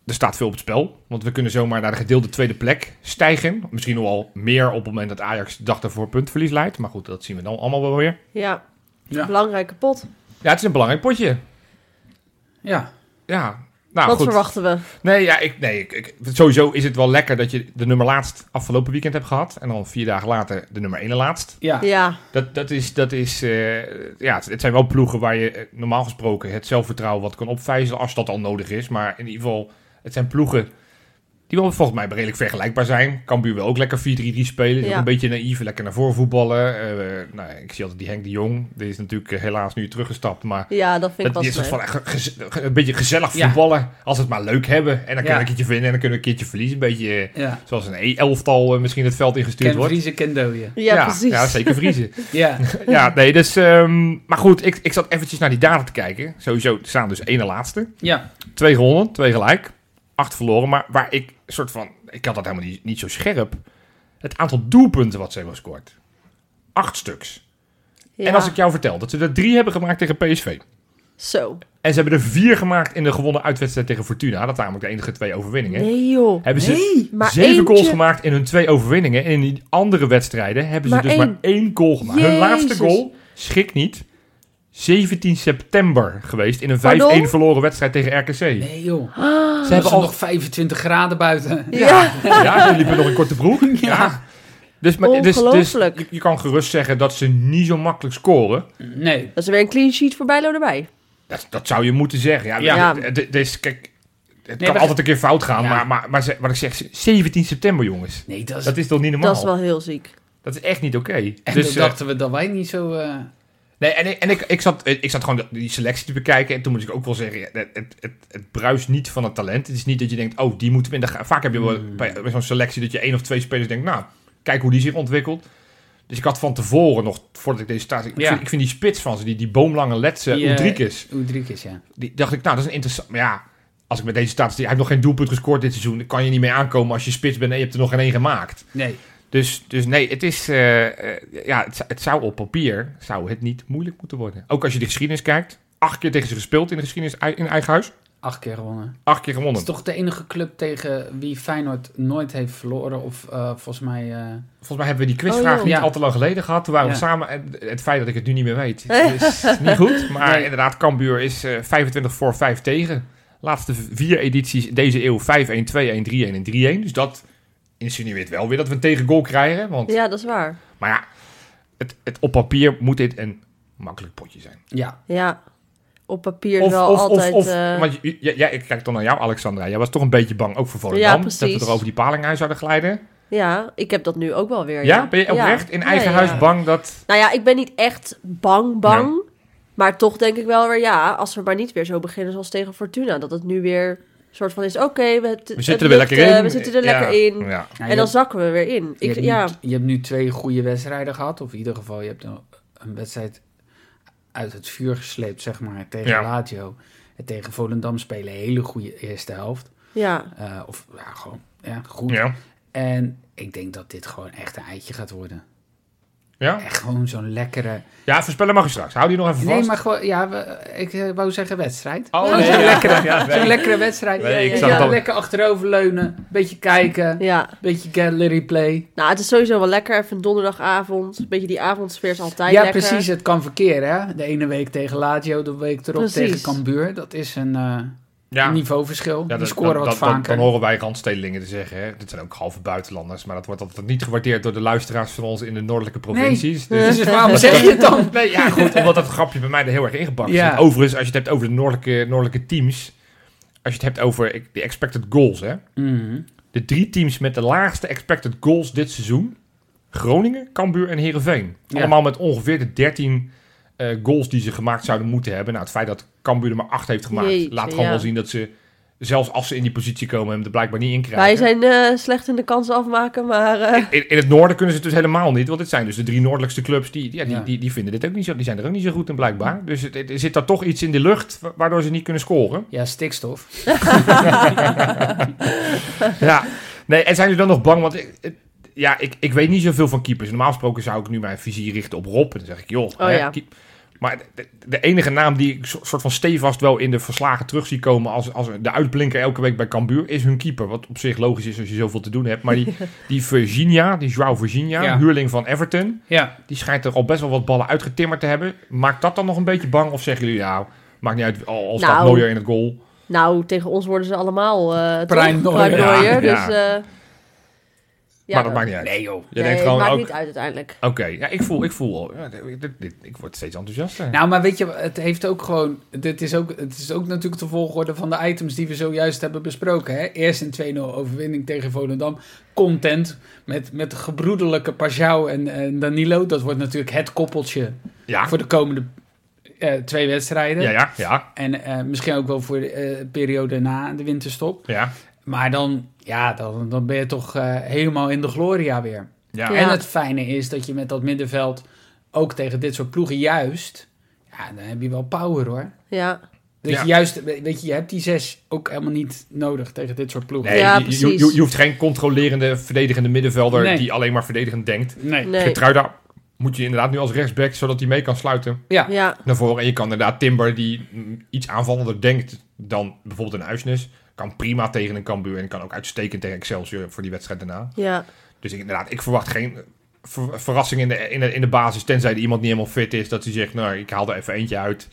S2: er staat veel op het spel. Want we kunnen zomaar naar de gedeelde tweede plek stijgen. Misschien nog al meer op het moment dat Ajax de dag daarvoor puntverlies leidt. Maar goed, dat zien we dan allemaal wel weer.
S4: Ja.
S3: Ja.
S4: Belangrijke pot.
S2: Ja, het is een belangrijk potje.
S3: Ja,
S2: Ja, nou
S4: Wat
S2: goed.
S4: verwachten we?
S2: Nee, ja, ik, nee ik, ik- sowieso is het wel lekker dat je de nummer laatst afgelopen weekend hebt gehad. En dan vier dagen later de nummer ene laatst.
S3: ja.
S4: Ja.
S2: Dat, dat is, dat is eh, ja, het, het zijn wel ploegen waar je eh, normaal gesproken het zelfvertrouwen wat kan opvijzelen als dat al nodig is. Maar in ieder geval, het zijn ploegen Die wel volgens mij redelijk vergelijkbaar zijn. Cambuur wil ook lekker 4-3-3 spelen. Is
S4: Ja.
S2: ook Een beetje naïef, lekker naar voren voetballen. Eh, nou, ja, ik zie altijd die Henk de Jong. Die is natuurlijk eh, helaas nu teruggestapt. Maar
S4: Ja, dat vind
S2: dat
S4: ik wel
S2: die is toch
S4: leuk.
S2: van echt ge- ge- ge- een beetje gezellig
S3: Ja.
S2: voetballen. Als we het maar leuk hebben. En dan kunnen we
S3: Ja.
S2: een keertje winnen en dan kunnen we een keertje verliezen. Een beetje eh,
S3: Ja.
S2: zoals een e- elftal eh, misschien het veld ingestuurd
S3: Ken
S2: wordt.
S3: Vriezen, ken dooien.
S4: Ja, precies.
S2: ja, zeker vriezen.
S3: Ja.
S2: Ja, nee, dus... ehm, maar goed, ik, ik zat eventjes naar die data te kijken. Sowieso staan dus één na laatste.
S3: ja.
S2: Twee gewonnen, twee gelijk. Acht verloren, maar waar ik soort van... Ik had dat helemaal niet, niet zo scherp. Het aantal doelpunten wat ze hebben gescoord. Acht stuks.
S4: Ja.
S2: En als ik jou vertel dat ze er drie hebben gemaakt tegen PSV...
S4: Zo.
S2: en ze hebben er vier gemaakt in de gewonnen uitwedstrijd tegen Fortuna... dat waren namelijk de enige twee overwinningen...
S4: Nee joh.
S2: hebben ze
S4: Maar
S2: zeven
S4: eentje-
S2: goals gemaakt in hun twee overwinningen... en in die andere wedstrijden hebben ze
S4: Maar
S2: dus
S4: één.
S2: maar één goal gemaakt. Hun
S4: Jezus.
S2: laatste goal, schrik niet... 17 september geweest in een 5-1
S4: Pardon?
S2: verloren wedstrijd tegen RKC.
S3: Nee joh.
S4: Ah,
S2: Ze
S3: Ze hebben
S2: hebben al
S3: nog 25 graden buiten.
S4: ja.
S2: Ja, ze liepen nog een korte broek. Ja. Dus, maar, dus, dus
S4: Ongelooflijk.
S2: je, je kan gerust zeggen dat ze niet zo makkelijk scoren.
S3: Nee.
S4: Dat is weer een clean sheet voor Bijlo erbij.
S2: Dat, dat zou je moeten zeggen. Ja,
S4: Ja.
S2: Het, het is- dus kijk, het kan
S3: maar-
S2: altijd een keer fout gaan.
S3: Ja.
S2: Maar, maar, maar ze- wat ik zeg, 17 september, jongens.
S3: Nee, dat is...
S2: Dat is toch niet normaal?
S4: Dat is wel heel ziek.
S2: Dat is echt niet oké.
S3: en
S2: Dus,
S3: dan
S2: eh,
S3: dachten we dat wij niet zo... eh,
S2: nee, en ik- en ik, ik, zat, ik zat gewoon die selectie te bekijken. En toen moest ik ook wel zeggen, ja, het, het, het, het bruist niet van het talent. Het is niet dat je denkt, oh, die moeten we in de ga- Vaak heb je wel bij, bij zo'n selectie dat je één of twee spelers denkt, nou, kijk hoe die zich ontwikkelt. Dus ik had van tevoren nog, voordat ik deze staat... Ik,
S3: Ja.
S2: vind, ik vind die spits van ze, die, die boomlange letse
S3: Die, eh,
S2: Udrikis.
S3: Oudrikis, ja.
S2: Die dacht ik, nou, dat is een interessant... Maar ja, als ik met deze staat... Hij heeft nog geen doelpunt gescoord dit seizoen. Dan kan je niet mee aankomen als je spits bent en je hebt er nog geen één gemaakt.
S3: Nee.
S2: Dus, dus nee, het is... eh, eh, ja, het, zou- het zou op papier zou het niet moeilijk moeten worden. Ook als je de geschiedenis kijkt. Acht keer tegen ze gespeeld in de geschiedenis ei- in eigen huis.
S3: Acht keer gewonnen.
S2: Acht keer
S3: Het
S2: gewonnen.
S3: is toch de enige club tegen wie Feyenoord nooit heeft verloren. Of eh, volgens mij... eh,
S2: Volgens mij hebben we die quizvraag
S4: Oh, ja.
S2: niet
S3: Ja.
S2: al te lang geleden gehad. Toen waren we
S3: Ja.
S2: samen. En het feit dat ik het nu niet meer weet is niet goed. Maar
S3: Nee.
S2: inderdaad, Cambuur is eh, 25 voor 5 tegen. Laatste vier edities deze eeuw 5-1, 2-1, 3-1 en 3-1. Dus dat insinueert wel weer dat we een tegengoal krijgen. Want,
S4: Ja, dat is waar.
S2: Maar ja, het, het, op papier moet dit een makkelijk potje zijn.
S3: ja.
S4: Ja. Op papier wel altijd...
S2: of,
S4: eh,
S2: want j- j- jij- ik kijk dan naar jou, Alexandra. Jij was toch een beetje bang, ook voor
S4: Ja,
S2: Volendam, dat we
S4: precies.
S2: er over die palinghei zouden glijden.
S4: Ja, ik heb dat nu ook wel weer.
S2: Ja? Ben je oprecht in
S4: Ja,
S2: eigen
S4: ja.
S2: huis bang dat...
S4: Nou ja, ik ben niet echt bang, bang. Maar toch denk ik wel weer, ja, als we maar niet weer zo beginnen zoals tegen Fortuna. Dat het nu weer een soort van is, oké, we, het-
S2: We
S4: het
S2: zitten er weer
S4: lukt,
S2: lekker in.
S4: eh, We zitten er lekker
S2: Ja,
S4: in.
S2: Ja.
S3: Ja, je
S4: En dan
S3: hebt-
S4: zakken we weer in.
S3: je,
S4: Ik,
S3: hebt
S4: ja,
S3: nu, je hebt nu twee goede wedstrijden gehad. Of in ieder geval, je hebt een, een wedstrijd uit het vuur gesleept, zeg maar, tegen
S2: Ja.
S3: Lazio. En tegen Volendam spelen een hele goede eerste helft.
S4: ja,
S3: Eh, of ja, gewoon ja, goed.
S2: Ja.
S3: En ik denk dat dit gewoon echt een eitje gaat worden.
S2: Ja?
S3: Echt gewoon zo'n lekkere...
S2: ja, voorspellen mag je straks. Hou die nog even vast.
S3: Nee, maar gewoon... Ja, we- ik eh, wou zeggen wedstrijd.
S2: Oh,
S3: Gewoon
S2: nee,
S3: zo'n
S2: ja.
S3: lekkere,
S2: Ja, nee.
S3: zo'n lekkere wedstrijd.
S2: Nee, ik
S4: Ja,
S2: zag
S4: ja.
S2: het al.
S3: Lekker achteroverleunen, beetje kijken,
S4: ja.
S3: beetje gallery play.
S4: Nou, het is sowieso wel lekker. Even een donderdagavond. Een beetje die avondsfeer is altijd
S3: ja,
S4: lekker.
S3: precies. Het kan verkeren. Hè? De ene week tegen Lazio, de week erop
S4: Precies.
S3: tegen Cambuur. Dat is een eh,
S2: Ja.
S3: niveauverschil.
S2: Ja,
S3: Die
S2: dat-
S3: scoren
S2: dat-
S3: wat
S2: dat-
S3: vaker.
S2: Dan, dan horen wij randstedelingen te zeggen. Hè? Dit zijn ook halve buitenlanders. Maar dat wordt altijd niet gewaardeerd door de luisteraars van ons in de noordelijke provincies. Dus,
S3: dus waarom zeg je het dan?
S2: nee, ja, goed. Omdat dat grapje bij mij er heel erg ingepakt
S3: Ja.
S2: is. Overigens, als je het hebt over de noordelijke, noordelijke teams. Als je het hebt over ik- de expected goals. Hè?
S3: Mhm.
S2: De drie teams met de laagste expected goals dit seizoen. Groningen, Cambuur en Heerenveen.
S3: Ja.
S2: Allemaal met ongeveer de 13 eh, goals die ze gemaakt zouden moeten hebben. Nou, het feit dat Cambuur er maar acht heeft gemaakt...
S4: Jeetje,
S2: laat gewoon
S4: ja.
S2: wel zien dat ze... Zelfs als ze in die positie komen, hem er blijkbaar niet in krijgen.
S4: Wij zijn eh, slecht in de kansen afmaken, maar... eh,
S2: In, in het noorden kunnen ze het dus helemaal niet. Want dit zijn dus de drie noordelijkste clubs. Die, die- ja, die,
S3: Ja.
S2: die, die vinden dit ook niet zo. Die zijn er ook niet zo goed in blijkbaar. Dus het, het- er zit daar toch iets in de lucht wa- waardoor ze niet kunnen scoren.
S3: Ja, stikstof.
S2: ja. Nee, en zijn ze dan nog bang? Want ik, het- ja, ik, ik weet niet zoveel van keepers. Normaal gesproken zou ik nu mijn vizier richten op Rob. En dan zeg ik, joh. hè,
S4: ja.
S2: keep- Maar de, de enige naam die ik so- soort van stevast wel in de verslagen terug zie komen... als, als de uitblinker elke week bij Cambuur, is hun keeper. Wat op zich logisch is als je zoveel te doen hebt. Maar die, die Virginia, die João Virginia,
S3: Ja.
S2: huurling van Everton...
S3: Ja.
S2: Die schijnt er al best wel wat ballen uitgetimmerd te hebben. Maakt dat dan nog een beetje bang? Of zeggen jullie, nou, maakt niet uit, al, al staat
S4: Nou.
S2: Neuer in het goal.
S4: nou, tegen ons worden ze allemaal... eh
S3: Prime
S4: toch?
S3: Neuer.
S4: Prime Neuer,
S2: Ja,
S4: Dus eh, Ja,
S2: maar dat
S4: dat-
S2: maakt niet uit.
S3: Nee joh.
S2: Je denkt gewoon
S4: maakt
S2: ook...
S4: niet uit uiteindelijk.
S2: Oké, ja, ik voel, ik voel al... ja, dit- dit- ik word steeds enthousiaster.
S3: Nou, maar weet je, het heeft ook gewoon. Dit is ook, het is ook natuurlijk de volgorde van de items die we zojuist hebben besproken. Hè? Eerst een 2-0 overwinning tegen Volendam. Content met, met gebroedelijke Pajau en, en Danilo. Dat wordt natuurlijk het koppeltje
S2: ja.
S3: voor de komende eh, twee wedstrijden.
S2: ja, ja, ja,
S3: En eh, misschien ook wel voor de eh, periode na de winterstop.
S2: ja,
S3: Maar dan, ja, dan, dan ben je toch eh, helemaal in de gloria weer.
S2: ja.
S4: Ja.
S3: Nou, En het fijne is dat je met dat middenveld ook tegen dit soort ploegen juist... Ja, dan heb je wel power hoor.
S4: Ja,
S3: Dat
S2: Ja.
S3: je juist, we- weet je, je hebt die zes ook helemaal niet nodig tegen dit soort ploegen.
S2: Nee,
S4: Ja,
S2: je- je, je,
S4: precies.
S2: je hoeft geen controlerende, verdedigende middenvelder
S3: Nee.
S2: die alleen maar verdedigend denkt.
S3: Nee.
S4: nee.
S2: Getruida moet je inderdaad nu als rechtsback, zodat hij mee kan sluiten
S3: Ja.
S4: Ja,
S2: naar voren. En je kan inderdaad Timber, die mm, iets aanvallender denkt dan bijvoorbeeld een Uisnes, kan prima tegen een Cambuur en kan ook uitstekend tegen Excelsior voor die wedstrijd daarna.
S4: ja.
S2: Dus ik, inderdaad, ik verwacht geen eh, ver- verrassing in de, in, de, in de basis, tenzij er iemand niet helemaal fit is, dat hij zegt, nou, ik haal er even eentje uit.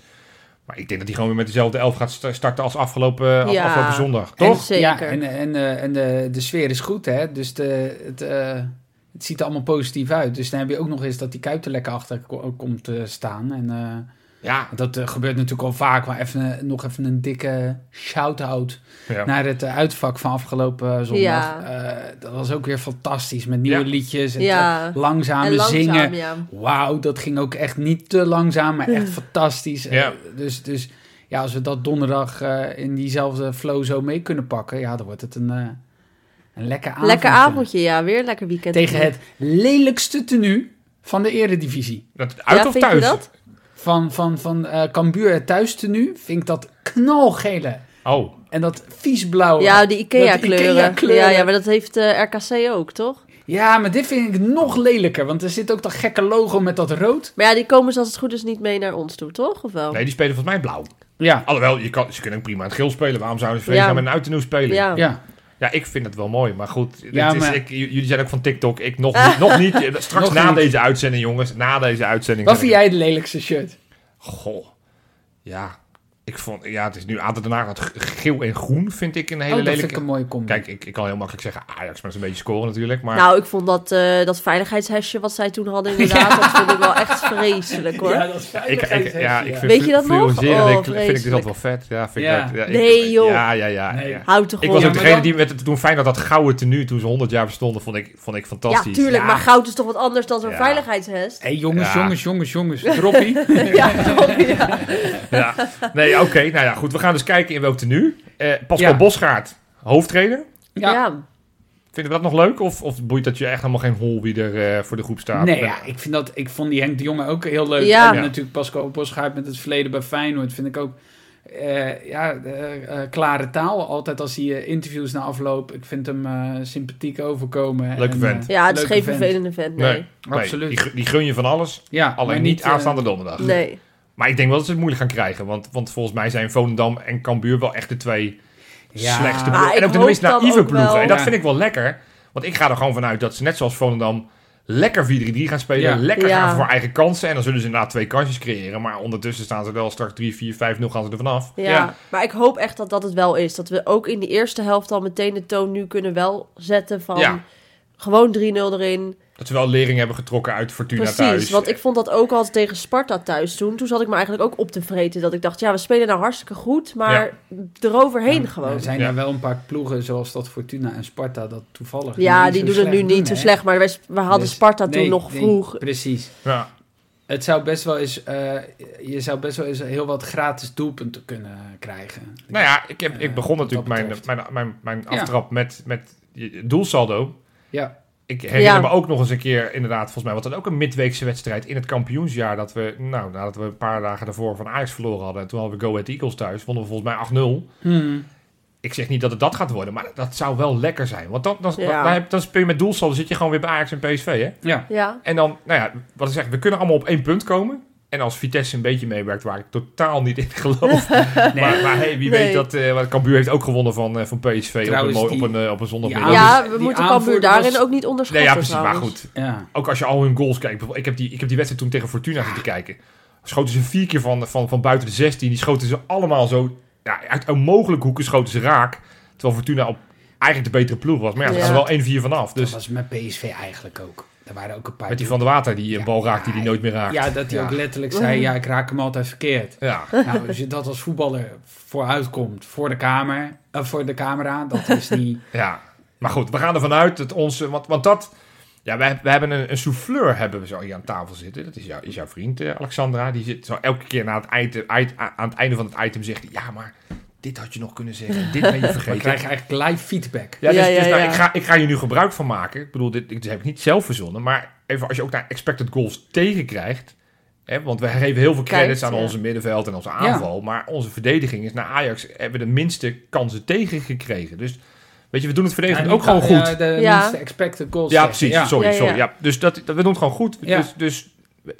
S2: Maar ik denk dat hij gewoon weer met dezelfde elf gaat sta- starten als afgelopen, af-
S4: Ja.
S2: afgelopen zondag, toch?
S4: zeker.
S3: Ja, en, en, eh, en de, de sfeer is goed, hè? Dus de, het, eh, het ziet er allemaal positief uit. Dus dan heb je ook nog eens dat die Kuip er lekker achter ko- komt te staan. En eh,
S2: Ja.
S3: dat eh, gebeurt natuurlijk al vaak. Maar even, eh, nog even een dikke shout-out
S2: ja.
S3: naar het eh, uitvak van afgelopen zondag.
S4: Ja.
S3: Eh, dat was ook weer fantastisch. Met nieuwe
S2: Ja.
S3: liedjes en
S4: Ja.
S3: te- langzame
S4: En langzaam,
S3: zingen.
S4: ja.
S3: Wauw, dat ging ook echt niet te langzaam, maar echt fantastisch. Eh,
S2: Ja.
S3: dus, dus ja, als we dat donderdag eh, in diezelfde flow zo mee kunnen pakken, ja, dan wordt het een, eh, een lekker avondje.
S4: Lekker avondje, ja. Weer lekker weekend.
S3: Tegen het lelijkste tenue van de eredivisie.
S2: Dat, uit
S4: Ja,
S2: of
S4: vind je
S2: thuis?
S4: dat?
S3: Van, van, van eh Cambuur het thuis tenue vind ik dat knalgele.
S2: Oh,
S3: En dat vies blauwe.
S4: Ja, die
S3: Dat die
S4: Ikea-kleuren.
S3: Ikea-kleuren.
S4: ja, ja, maar dat heeft eh, RKC ook, toch?
S3: Ja, maar dit vind ik nog lelijker, want er zit ook dat gekke logo met dat rood.
S4: Maar ja, die komen ze als het goed is niet mee naar ons toe, toch? Of wel?
S2: nee, die spelen volgens mij blauw.
S3: Ja,
S2: Alhoewel, je kan, ze kunnen ook prima in het geel spelen. Waarom zouden ze
S4: Ja.
S2: vreemd met een uiternoe spelen?
S4: ja. ja.
S3: ja.
S2: Ja, ik vind het wel mooi. Maar goed, dit
S3: Ja,
S2: is,
S3: maar-
S2: ik, j- jullie zijn ook van TikTok. Ik nog niet. Nog niet Eh, straks
S3: Nog
S2: na
S3: niet.
S2: deze uitzending, jongens. Na deze uitzending.
S3: Wat
S2: zeg
S3: vind
S2: ik-
S3: jij het lelijkste shirt?
S2: Goh. Ja, ik vond, ja, het is nu aan daarna. Het g- geel en groen vind ik een hele
S3: oh, dat
S2: lelijke...
S3: vind ik een mooie combi.
S2: Kijk, ik, ik kan heel makkelijk zeggen Ajax, maar dat is een beetje scoren natuurlijk. Maar
S4: Nou, ik vond dat, eh, dat veiligheidshesje wat zij toen hadden, inderdaad, dat vond ik wel echt vreselijk hoor.
S3: Ja, dat is
S2: ik, ik, ja, ik vind
S4: Weet je dat
S2: flu-
S4: nog?
S2: fluoriserende
S4: Oh,
S2: kle- vind ik dus altijd wel
S4: vreselijk.
S2: vet. Ja, vind
S3: Ja.
S2: Ik, dat- ja, ik-
S4: Nee, joh.
S2: Ja, ja, ja.
S3: Nee.
S2: ja.
S4: Houd toch
S2: Ik was
S3: Ja,
S2: ook
S3: maar
S4: gewoon.
S2: degene
S3: dan-
S2: die met toen fijn dat dat gouden tenue toen ze 100 jaar bestonden, vond ik, vond ik
S4: Ja,
S2: fantastisch.
S4: tuurlijk,
S3: Ja.
S4: maar goud is toch wat anders dan zo'n
S2: Ja.
S4: veiligheidshest?
S3: Hé jongens,
S2: Ja.
S3: jongens, jongens, jongens. Droppie.
S2: Ja. Nee, oké. nou ja, goed. We gaan dus kijken in welk tenue. Eh Pascal
S3: Ja.
S2: Bosgaard, hoofdtrainer.
S4: Ja.
S3: Ja.
S2: Vinden we dat nog leuk? Of, of boeit dat je echt helemaal geen hol wie er eh, voor de groep staat?
S3: nee,
S2: Ben-
S3: ja, ik, vind dat, ik vond die Henk de Jonge ook heel leuk.
S4: Ja.
S3: En
S2: Ja.
S3: natuurlijk Pascal Bosgaard met het verleden bij Feyenoord vind ik ook... eh, ja, eh, eh, klare taal. Altijd als hij eh, interviews na afloop. Ik vind hem eh, sympathiek overkomen.
S2: Leuke
S3: En,
S2: vent.
S3: eh,
S4: Ja, het is
S3: leuke
S4: geen
S3: vent.
S4: vervelende vent,
S2: Nee,
S4: nee. Nee.
S2: nee,
S3: Absoluut.
S2: Die, gun- die gun je van alles.
S3: Ja, maar
S2: Alleen niet
S3: eh,
S2: aanstaande donderdag. Maar ik denk wel dat ze het moeilijk gaan krijgen. Want, want volgens mij zijn Volendam en Cambuur wel echt de twee
S3: Ja.
S2: slechtste ploegen.
S4: Maar
S2: En
S4: Ah, ik
S2: ook de
S4: hoop
S2: meest
S4: dan
S2: naïeve
S4: ook wel-
S2: ploegen. En dat
S3: Ja.
S2: vind ik wel lekker. Want ik ga er gewoon vanuit dat ze net zoals Volendam lekker 4-3-3 gaan spelen.
S3: Ja.
S2: Lekker
S4: Ja.
S2: gaan voor eigen kansen. En dan zullen ze inderdaad twee kansjes creëren. Maar ondertussen staan ze er wel straks 3-4-5-0 gaan ze er vanaf.
S4: Ja.
S3: Ja.
S4: maar ik hoop echt dat dat het wel is. Dat we ook in die eerste helft al meteen de toon nu kunnen wel zetten van...
S2: Ja.
S4: Gewoon 3-0 erin.
S2: Dat ze wel lering hebben getrokken uit Fortuna
S4: Precies,
S2: thuis.
S4: want ik vond dat ook al tegen Sparta thuis toen. Toen zat ik me eigenlijk ook op te vreten. Dat ik dacht, ja, we spelen nou hartstikke goed, maar eroverheen gewoon.
S3: Er zijn
S2: Ja.
S3: er wel een paar ploegen zoals dat Fortuna en Sparta dat toevallig
S4: Ja,
S3: niet
S4: die
S3: zo
S4: doen het nu
S3: slecht
S4: niet zo
S3: hè.
S4: slecht, maar wij- we hadden
S3: Dus-
S4: Sparta toen
S3: nee,
S4: nog
S3: nee,
S4: vroeg.
S3: Precies.
S2: Ja.
S3: Het zou best wel eens, eh, je zou best wel eens heel wat gratis doelpunten kunnen krijgen.
S2: Nou ja, ik, heb, ik
S3: Eh,
S2: begon
S3: wat dat
S2: natuurlijk mijn, mijn,
S3: betreft.
S2: mijn, mijn
S3: Ja.
S2: aftrap met, met je- doelsaldo.
S3: Ja,
S2: Ik herinner
S4: Ja.
S2: me ook nog eens een keer, inderdaad, volgens mij was dat ook een midweekse wedstrijd in het kampioensjaar. Dat we, nou, nadat we een paar dagen daarvoor van Ajax verloren hadden. En toen hadden we Go Ahead Eagles thuis, wonnen we volgens mij 8-0.
S3: Hmm.
S2: Ik zeg niet dat het dat gaat worden, maar dat zou wel lekker zijn. Want dan, dan,
S4: Ja.
S2: dan, heb- dan speel je met doelsaldo, zit je gewoon weer bij Ajax en PSV, hè?
S3: ja.
S4: Ja,
S2: En dan, nou ja, wat ik zeg, we kunnen allemaal op één punt komen. En als Vitesse een beetje meewerkt, waar ik totaal niet in geloof. Maar, maar hey, wie
S4: Nee.
S2: weet dat... eh, want Cambuur heeft ook gewonnen van, eh, van PSV
S3: Trouwens,
S2: op, een, mooi-
S3: die-
S2: op, een, eh, op een zondagmiddag.
S3: Ja,
S4: ja
S3: dus
S4: we
S3: die
S4: moeten Cambuur
S3: aanvoerder
S4: daarin
S3: was-
S4: ook niet
S2: nee,
S4: onderschatten
S2: ja, precies. Maar
S4: trouwens.
S2: goed,
S3: ja.
S2: ook als je al hun goals kijkt. bijvoorbeeld, Ik heb die, ik heb die wedstrijd toen tegen Fortuna zitten kijken. Schoten ze vier keer van, van, van buiten de 16. Die schoten ze allemaal zo... Ja, uit onmogelijke hoeken schoten ze raak. Terwijl Fortuna op eigenlijk de betere ploeg was. Maar ja, dat
S4: Ja.
S2: is wel 1-4 vanaf.
S3: Dat
S2: Dus
S3: was met PSV eigenlijk ook. Er waren ook een paar...
S2: met die Van der Water die een
S3: Ja.
S2: bal raakt die hij nooit meer raakt.
S3: Ja, dat hij ook letterlijk zei, ja, ik raak hem altijd verkeerd.
S2: Ja.
S3: Nou, als je dat als voetballer vooruit komt voor de, kamer, eh, voor de camera, dat is niet...
S2: Ja, maar goed, we gaan ervan uit dat onze... Want, want dat... Ja, wij, wij hebben een, een souffleur hebben we zo hier aan tafel zitten. Dat is, jou, is jouw vriend, eh, Alexandra. Die zit zo elke keer na het item, uit- a- aan het einde van het item zegt... hij, Ja, maar dit had je nog kunnen zeggen. Dit ben je
S3: We
S2: vergeten.
S3: krijgen eigenlijk live feedback.
S2: Ja, dus,
S4: Ja, ja,
S2: dus nou,
S4: ja.
S2: Ik, ga, ik ga hier nu gebruik van maken. Ik bedoel, dit, dit heb ik niet zelf verzonnen. Maar even als je ook naar expected goals tegenkrijgt... Hè, want we geven heel veel
S4: Kijkt,
S2: credits aan
S4: ja.
S2: onze middenveld en onze aanval. Maar onze verdediging is... Naar Ajax hebben we de minste kansen tegengekregen. Dus weet je, we doen het verdedigend
S3: En
S2: ook gewoon goed.
S3: De, de
S4: Ja.
S3: minste expected goals.
S2: Ja,
S3: zeggen,
S2: precies.
S3: ja.
S2: Sorry,
S4: Ja, ja,
S2: sorry.
S4: ja.
S2: Ja. Dus dat, dat, we doen het gewoon goed.
S3: Ja.
S2: Dus, dus,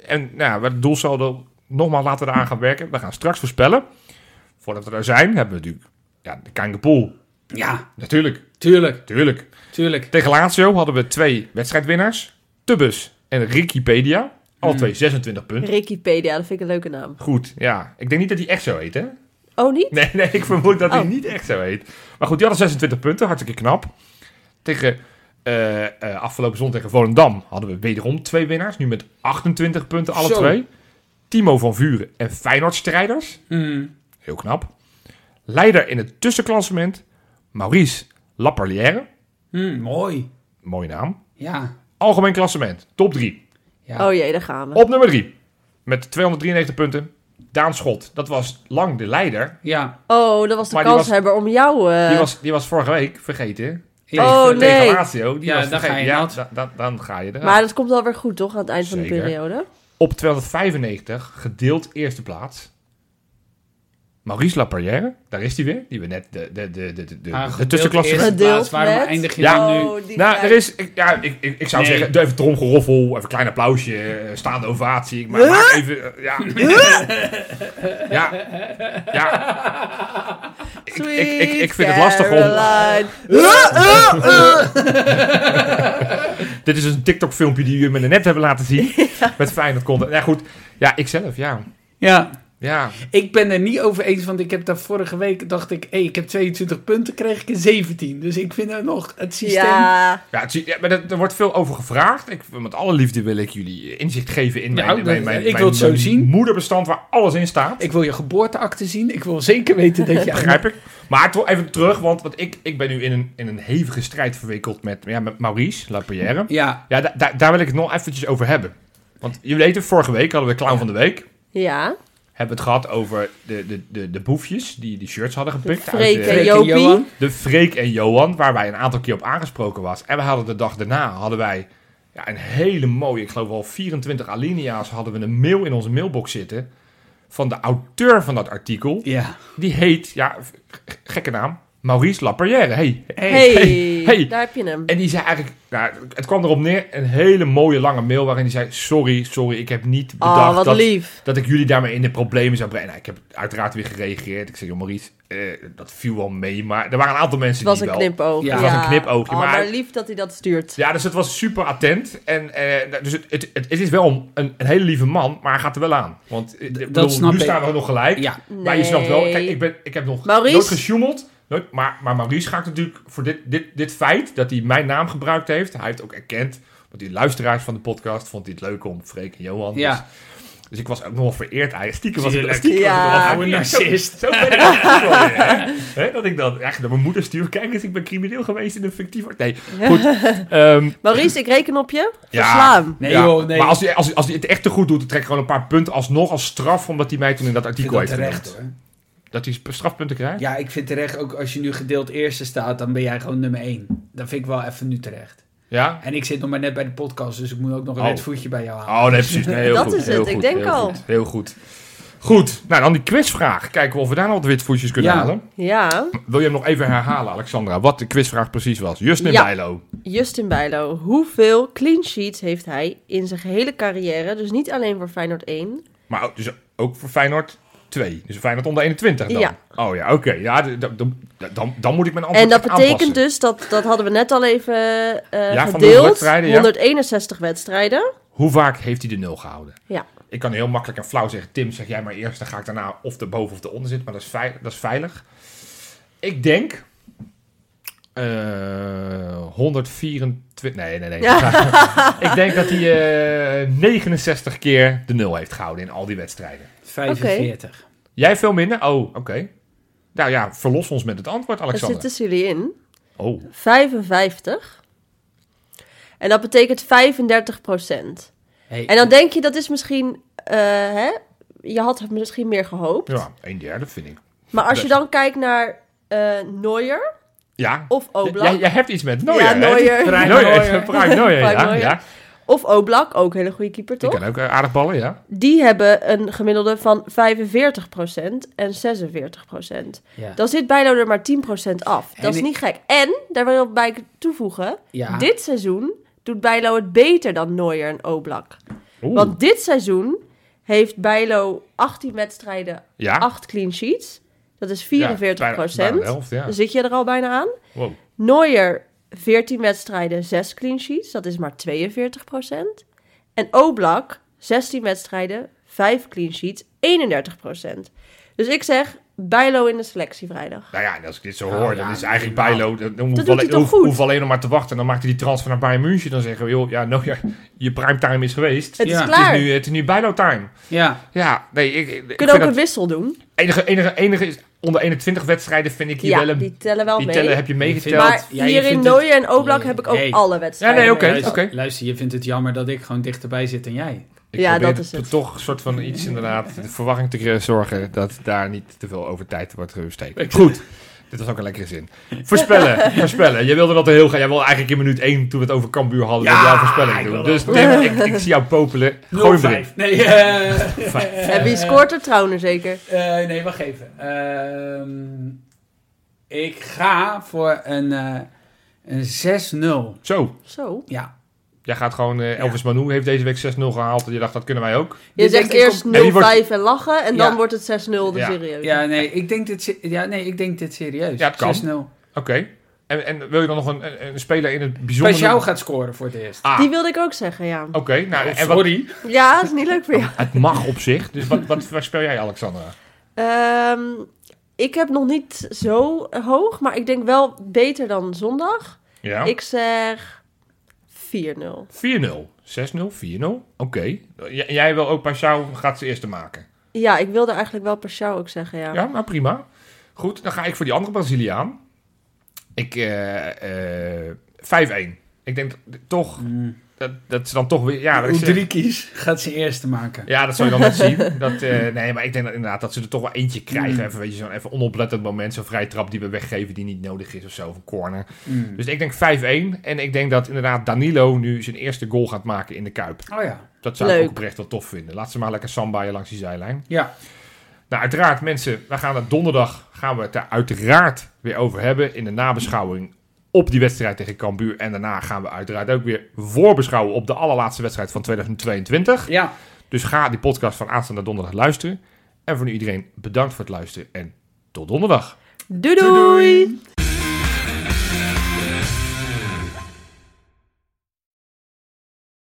S2: en nou, ja, het doelsaldo, nogmaals laten we eraan gaan werken. We gaan straks voorspellen. Voordat we daar zijn, hebben we natuurlijk ja, de Kangapool.
S3: Ja,
S2: Natuurlijk,
S3: tuurlijk,
S2: natuurlijk.
S3: tuurlijk.
S2: Tegen Lazio hadden we twee wedstrijdwinnaars. Tubbus en Wikipedia. Al
S3: Mm.
S2: twee 26 punten.
S4: Wikipedia, dat vind ik een leuke naam.
S2: Goed, ja. Ik denk niet dat hij echt zo heet, hè?
S4: Oh, niet?
S2: Nee, nee, ik vermoed dat hij
S4: Oh.
S2: niet echt zo heet. Maar goed, die hadden 26 punten, hartstikke knap. Tegen, eh, eh, afgelopen zondag tegen Volendam hadden we wederom twee winnaars. Nu met 28 punten, alle
S3: Zo.
S2: twee. Timo van Vuren en Feyenoord-strijders.
S3: Mm.
S2: Heel knap. Leider in het tussenklassement, Maurice Laperlière.
S3: Mm, mooi.
S2: Mooie naam.
S3: Ja.
S2: Algemeen klassement, top 3.
S3: ja.
S4: Oh jee, daar gaan we.
S2: Op nummer 3, met 293 punten. Daan Schot, dat was lang de leider.
S3: ja.
S4: Oh, dat was de
S2: Maar die
S4: kanshebber om jou... eh,
S2: Die was, die was vorige week vergeten.
S3: Ja.
S4: Oh,
S2: tegen,
S4: nee.
S2: tegen Lazio. Die
S3: Ja,
S2: was
S3: dan ga je
S2: vergeten. ja,
S3: nat.
S2: da- da- dan ga je er.
S4: Maar dat komt wel weer goed, toch? Aan het eind van de
S2: Zeker.
S4: periode.
S2: Op 295 gedeeld eerste plaats. Maurice Laperrière, daar is hij weer. Die we net de, de, de, de, de,
S3: Ah,
S2: de,
S3: gedeeld
S2: tussenklasse.
S3: eerste
S4: Gedeeld
S3: plaats. Waarom
S4: met-
S3: eindig je
S2: Ja.
S3: dan nu?
S4: Oh, die
S2: Nou,
S4: guy.
S2: er is, ik, ja, ik, ik, ik zou
S3: Nee.
S2: zeggen, doe even tromgeroffel, even een klein applausje, eh, staande ovatie. Maar maak even, eh, ja. ja. Ja. Ik, ik, ik, ik vind het lastig om...
S4: Caroline.
S2: Dit is een TikTok-filmpje die jullie me net hebben laten zien. Met Feyenoord content. Ja, goed. Ja, ikzelf, ja.
S3: Ja.
S2: Ja,
S3: Ik ben er niet over eens, want ik heb daar vorige week, dacht ik, hey, ik heb 22 punten, kreeg ik een 17. Dus ik vind het nog, het systeem...
S4: Ja,
S2: ja, het, is- ja maar er, er wordt veel over gevraagd. Ik, met alle liefde wil ik jullie inzicht geven in
S3: Ja,
S2: mijn,
S3: dat-
S2: mijn, mijn,
S3: ik wil het zo
S2: mijn
S3: zien.
S2: moederbestand waar alles in staat.
S3: Ik wil je geboorteakte zien. Ik wil zeker weten dat je...
S2: Begrijp ik. Maar toch even terug, want, want ik, ik ben nu in een, in een hevige strijd verwikkeld met, ja, met Maurice Lapierre.
S3: Ja,
S2: Ja, da- da- daar wil ik het nog eventjes over hebben. Want jullie weten, vorige week hadden we Clown van de Week.
S4: ja.
S2: Hebben we het gehad over de, de, de, de boefjes die die shirts hadden gepikt. uit
S4: Freek
S2: de-
S4: en
S3: Freek en
S4: Jopie.
S3: Johan.
S2: De Freek en Johan, waar wij een aantal keer op aangesproken was. En we hadden de dag daarna hadden wij ja, een hele mooie, ik geloof wel 24 alinea's, hadden we een mail in onze mailbox zitten van de auteur van dat artikel.
S3: ja.
S2: Die heet, ja, g- gekke naam, Maurice Laperrière. Hey.
S4: Hey,
S2: hey.
S4: daar heb je hem.
S2: En die zei eigenlijk, nou, het kwam erop neer, een hele mooie lange mail waarin hij zei, sorry, sorry, ik heb niet bedacht
S4: Oh, wat
S2: dat,
S4: lief.
S2: dat ik jullie daarmee in de problemen zou brengen. Nou, ik heb uiteraard weer gereageerd. Ik zei, joh Maurice, eh, dat viel wel mee, maar er waren een aantal mensen
S4: Het was
S2: die
S4: een
S2: wel...
S4: knipoog.
S3: Ja, het
S2: was een knipoogje,
S4: Oh,
S2: maar-
S4: maar lief dat hij dat stuurt.
S2: Ja, dus het was super attent. En, eh, dus het, het, het, het is wel een, een hele lieve man, maar hij gaat er wel aan. Want eh, ik bedoel,
S3: snap
S2: nu
S3: ik.
S2: staan we nog gelijk.
S3: Ja.
S2: Maar je
S4: Nee.
S2: snapt wel, kijk, ik, ben, ik heb nog
S4: Maurice?
S2: nooit gesjoemeld. Nooit, maar, maar Maurice gaat natuurlijk voor dit, dit, dit feit dat hij mijn naam gebruikt heeft. Hij heeft ook erkend, want die luisteraars van de podcast vond dit leuk om Freek en Johan.
S3: Ja.
S2: Dus, dus ik was ook nog wel vereerd. Hij stiekem was
S3: Tuurlijk.
S2: stiekem was ik
S4: Ja.
S2: wel
S3: Oude
S2: vereerd. Zo-
S3: narcist.
S2: Zo, ben ik ook wel weer, hè? Hè, Dat ik dan echt naar mijn moeder stuur. Kijk eens, ik ben crimineel geweest in een fictief... Nee, goed. Ehm,
S4: Maurice, ik reken op je.
S2: Ja.
S4: Versla hem.
S3: Nee
S2: ja,
S3: joh, nee.
S2: Maar als hij, als, hij, als hij het echt te goed doet, dan trek ik gewoon een paar punten alsnog als straf. Omdat hij mij toen in dat
S3: ik vind
S2: artikel
S3: dat
S2: heeft
S3: terecht
S2: terecht.
S3: hoor.
S2: Dat hij strafpunten krijgt?
S3: Ja, ik vind terecht ook als je nu gedeeld eerste staat, dan ben jij gewoon nummer 1. Dat vind ik wel even nu terecht.
S2: Ja?
S3: En ik zit nog maar net bij de podcast, dus ik moet ook nog een
S2: Oh.
S3: wet voetje bij jou halen.
S2: Oh, nee, precies. Nee, heel
S4: Dat
S2: goed,
S4: is het,
S2: heel
S4: ik
S2: goed,
S4: denk
S2: heel
S4: al.
S2: Goed, heel goed. Goed, nou dan die quizvraag. Kijken we of we daar nog wat witvoetjes kunnen
S3: Ja.
S2: halen.
S4: Ja.
S2: Wil je hem nog even herhalen, Alexandra, wat de quizvraag precies was? Justin
S4: Ja.
S2: Bijlo.
S4: Justin Bijlo. Hoeveel clean sheets heeft hij in zijn gehele carrière? Dus niet alleen voor Feyenoord 1.
S2: Maar ook, dus ook voor Feyenoord 2. Dus Feyenoord onder 21 dan?
S4: Ja.
S2: Oh ja, oké. Ja, d- d- d- dan, dan moet ik mijn antwoord
S4: En dat
S2: echt
S4: betekent
S2: aanpassen.
S4: dus, dat, dat hadden we net al even eh,
S2: Ja, van de
S4: gedeeld.
S2: wedstrijden, ja.
S4: 161 wedstrijden.
S2: Hoe vaak heeft hij de nul gehouden?
S4: Ja.
S2: Ik kan heel makkelijk en flauw zeggen: Tim, zeg jij maar eerst, dan ga ik daarna of de boven of de onder zitten. Maar dat is, vei- dat is veilig. Ik denk. eh, eh 124. Nee, nee, nee. ik denk dat hij eh, 69 keer de nul heeft gehouden in al die wedstrijden.
S3: 45.
S2: Jij veel minder? Oh, oké. Nou ja, verlos ons met het antwoord,
S4: Er
S2: Alexander.
S4: zit tussen jullie in.
S2: Oh,
S4: 55. En dat betekent 35 procent.
S3: Hey,
S4: En dan denk je, dat is misschien... eh, hè? Je had het misschien meer gehoopt.
S2: ja, een derde vind ik.
S4: Maar als je
S2: Best.
S4: dan kijkt naar eh Neuer
S2: Ja,
S4: of Oblak...
S2: jij, jij hebt iets met Neuer,
S4: Oh, Ja,
S2: hè?
S4: Neuer.
S2: Frank
S3: Frank
S2: Neuer.
S3: Neuer.
S2: Frank Neuer,
S4: Frank
S2: ja.
S4: Neuer.
S2: ja.
S4: Of Oblak, ook een hele goede keeper,
S2: Die
S4: toch?
S2: kan ook eh, aardig ballen, ja.
S4: Die hebben een gemiddelde van 45% en 46%.
S3: ja.
S4: Dan zit Bijlo er maar 10% af.
S3: En
S4: Dat is
S3: ik-
S4: niet gek. En, daar wil ik bij toevoegen...
S3: Ja.
S4: Dit seizoen doet Bijlo het beter dan Neuer en Oblak.
S2: Oeh.
S4: Want dit seizoen heeft Bijlo 18 wedstrijden,
S2: ja.
S4: 8 clean sheets. Dat is 44
S2: Ja, bijna- bijna de helft, ja.
S4: Dan zit je er al bijna aan.
S2: Wow.
S4: Neuer 14 wedstrijden, 6 clean sheets. Dat is maar 42 En Oblak 16 wedstrijden, 5 clean sheets, 31 Dus ik zeg Bijlo in de selectie vrijdag.
S2: Nou ja, en als ik dit zo
S3: Nou
S2: hoor,
S3: ja,
S2: dan is eigenlijk
S3: prima.
S2: Bijlo... Dan dan hoef
S4: doet
S2: alleen-
S4: hij toch
S2: hoef-
S4: goed?
S2: hoef alleen nog maar te wachten. Dan maakt hij die transfer naar Bayern München. Dan zeggen we, joh, ja, nou, ja, je primetime is geweest.
S4: Het
S3: Ja.
S4: is
S3: Het
S2: Het
S4: klaar.
S2: is nu, het is nu Bijlo time.
S3: ja.
S2: Ja, nee, ik, ik- ik
S4: Kunnen ook
S2: vind
S4: een
S2: dat...
S4: wissel doen.
S2: Enige, enige, enige is... Onder 21 wedstrijden vind ik hier
S4: Ja,
S2: wel een...
S4: die tellen wel
S2: die
S4: mee.
S2: tellen heb je meegeteld.
S4: Maar
S3: Ja, je
S4: hier in
S3: vindt het-
S4: Nooyen en Oblak heb ik ook
S3: Nee.
S4: alle wedstrijden.
S2: Ja, nee, oké.
S4: mee.
S3: luister, luister, je vindt het jammer dat ik gewoon dichterbij zit dan jij.
S2: Ik
S4: Ja,
S2: probeer
S4: dat is
S2: t-
S4: het.
S2: toch een soort van iets inderdaad, de verwarring te cre- zorgen dat daar niet te veel over tijd wordt
S3: Ik-
S2: gesteken. Goed. Dit was ook een lekkere zin. Voorspellen, voorspellen. Jij wilde dat er heel graag. Jij wilde eigenlijk in minuut 1, toen we het over Cambuur hadden,
S3: Ja,
S2: dat jouw voorspelling
S3: ik
S2: doen.
S3: wil
S2: Dus
S3: dat.
S2: Tim, ik, ik zie jou popelen. Gooi hem erin.
S3: 0-5. Nee, eh,
S4: En wie scoort er trouwens zeker?
S3: eh, nee, wacht even. Ehm, ik ga voor een, eh, een 6-0.
S2: Zo,
S4: Zo.
S3: Ja.
S2: jij gaat gewoon... eh, Elvis Manu heeft deze week 6-0 gehaald. En je dacht, dat kunnen wij ook.
S4: Je
S3: Dit
S4: zegt
S3: denk ik
S4: eerst 0-5
S2: En die wordt-
S4: en lachen en
S3: Ja.
S4: dan wordt het 6-0 de
S2: Ja.
S4: serieus.
S3: Ja, nee, ik denk dit, se- ja, nee, ik denk dit serieus.
S2: Ja, het kan.
S3: 6-0.
S2: Oké. En, en wil je dan nog een, een, een speler in het bijzonder...
S3: Pajou gaat scoren voor het eerst.
S2: Ah,
S4: Die
S2: oké.
S4: wilde ik ook zeggen, ja.
S2: nou, en wat,
S3: Oh, Sorry.
S4: Ja, dat is niet leuk voor jou.
S2: het mag op zich. Dus wat, wat, wat speel jij, Alexandra?
S4: Ehm, ik heb nog niet zo hoog, maar ik denk wel beter dan zondag.
S2: Ja?
S4: Ik zeg 4-0.
S2: 4-0. 6-0, 4-0. Oké. J- Jij wil ook Pashao gaat ze eerste maken.
S4: Ja, ik wilde eigenlijk wel Pashao ook zeggen, ja.
S2: Ja. nou prima. Goed, dan ga ik voor die andere Braziliaan. Ik, eh eh 5-1. Ik denk dat- toch, dat, dat ze dan toch weer... Ja, Ah, dat, ik zeg-
S3: Udrikis gaat zijn eerste maken.
S2: ja, dat zal je dan net zien. Dat, eh, nee, maar ik denk dat, inderdaad dat ze er toch wel eentje krijgen. Even, weet je, zo'n even onoplettend moment. Zo'n vrije trap die we weggeven die niet nodig is of zo. Of een corner.
S3: Mm.
S2: Dus ik denk 5-1. En ik denk dat inderdaad Danilo nu zijn eerste goal gaat maken in de Kuip.
S3: Oh ja.
S2: Dat zou ik
S4: Leuk.
S2: ook oprecht wel tof vinden. Laat ze maar lekker sambaaien langs die zijlijn.
S3: Ja.
S2: Nou, uiteraard mensen, we gaan het donderdag gaan we het daar uiteraard weer over hebben in de nabeschouwing op die wedstrijd tegen Cambuur. En daarna gaan we uiteraard ook weer voorbeschouwen op de allerlaatste wedstrijd van 2022.
S3: Ja.
S2: Dus ga die podcast van aanstaande donderdag luisteren. En voor nu iedereen bedankt voor het luisteren en tot donderdag.
S4: doei! doei.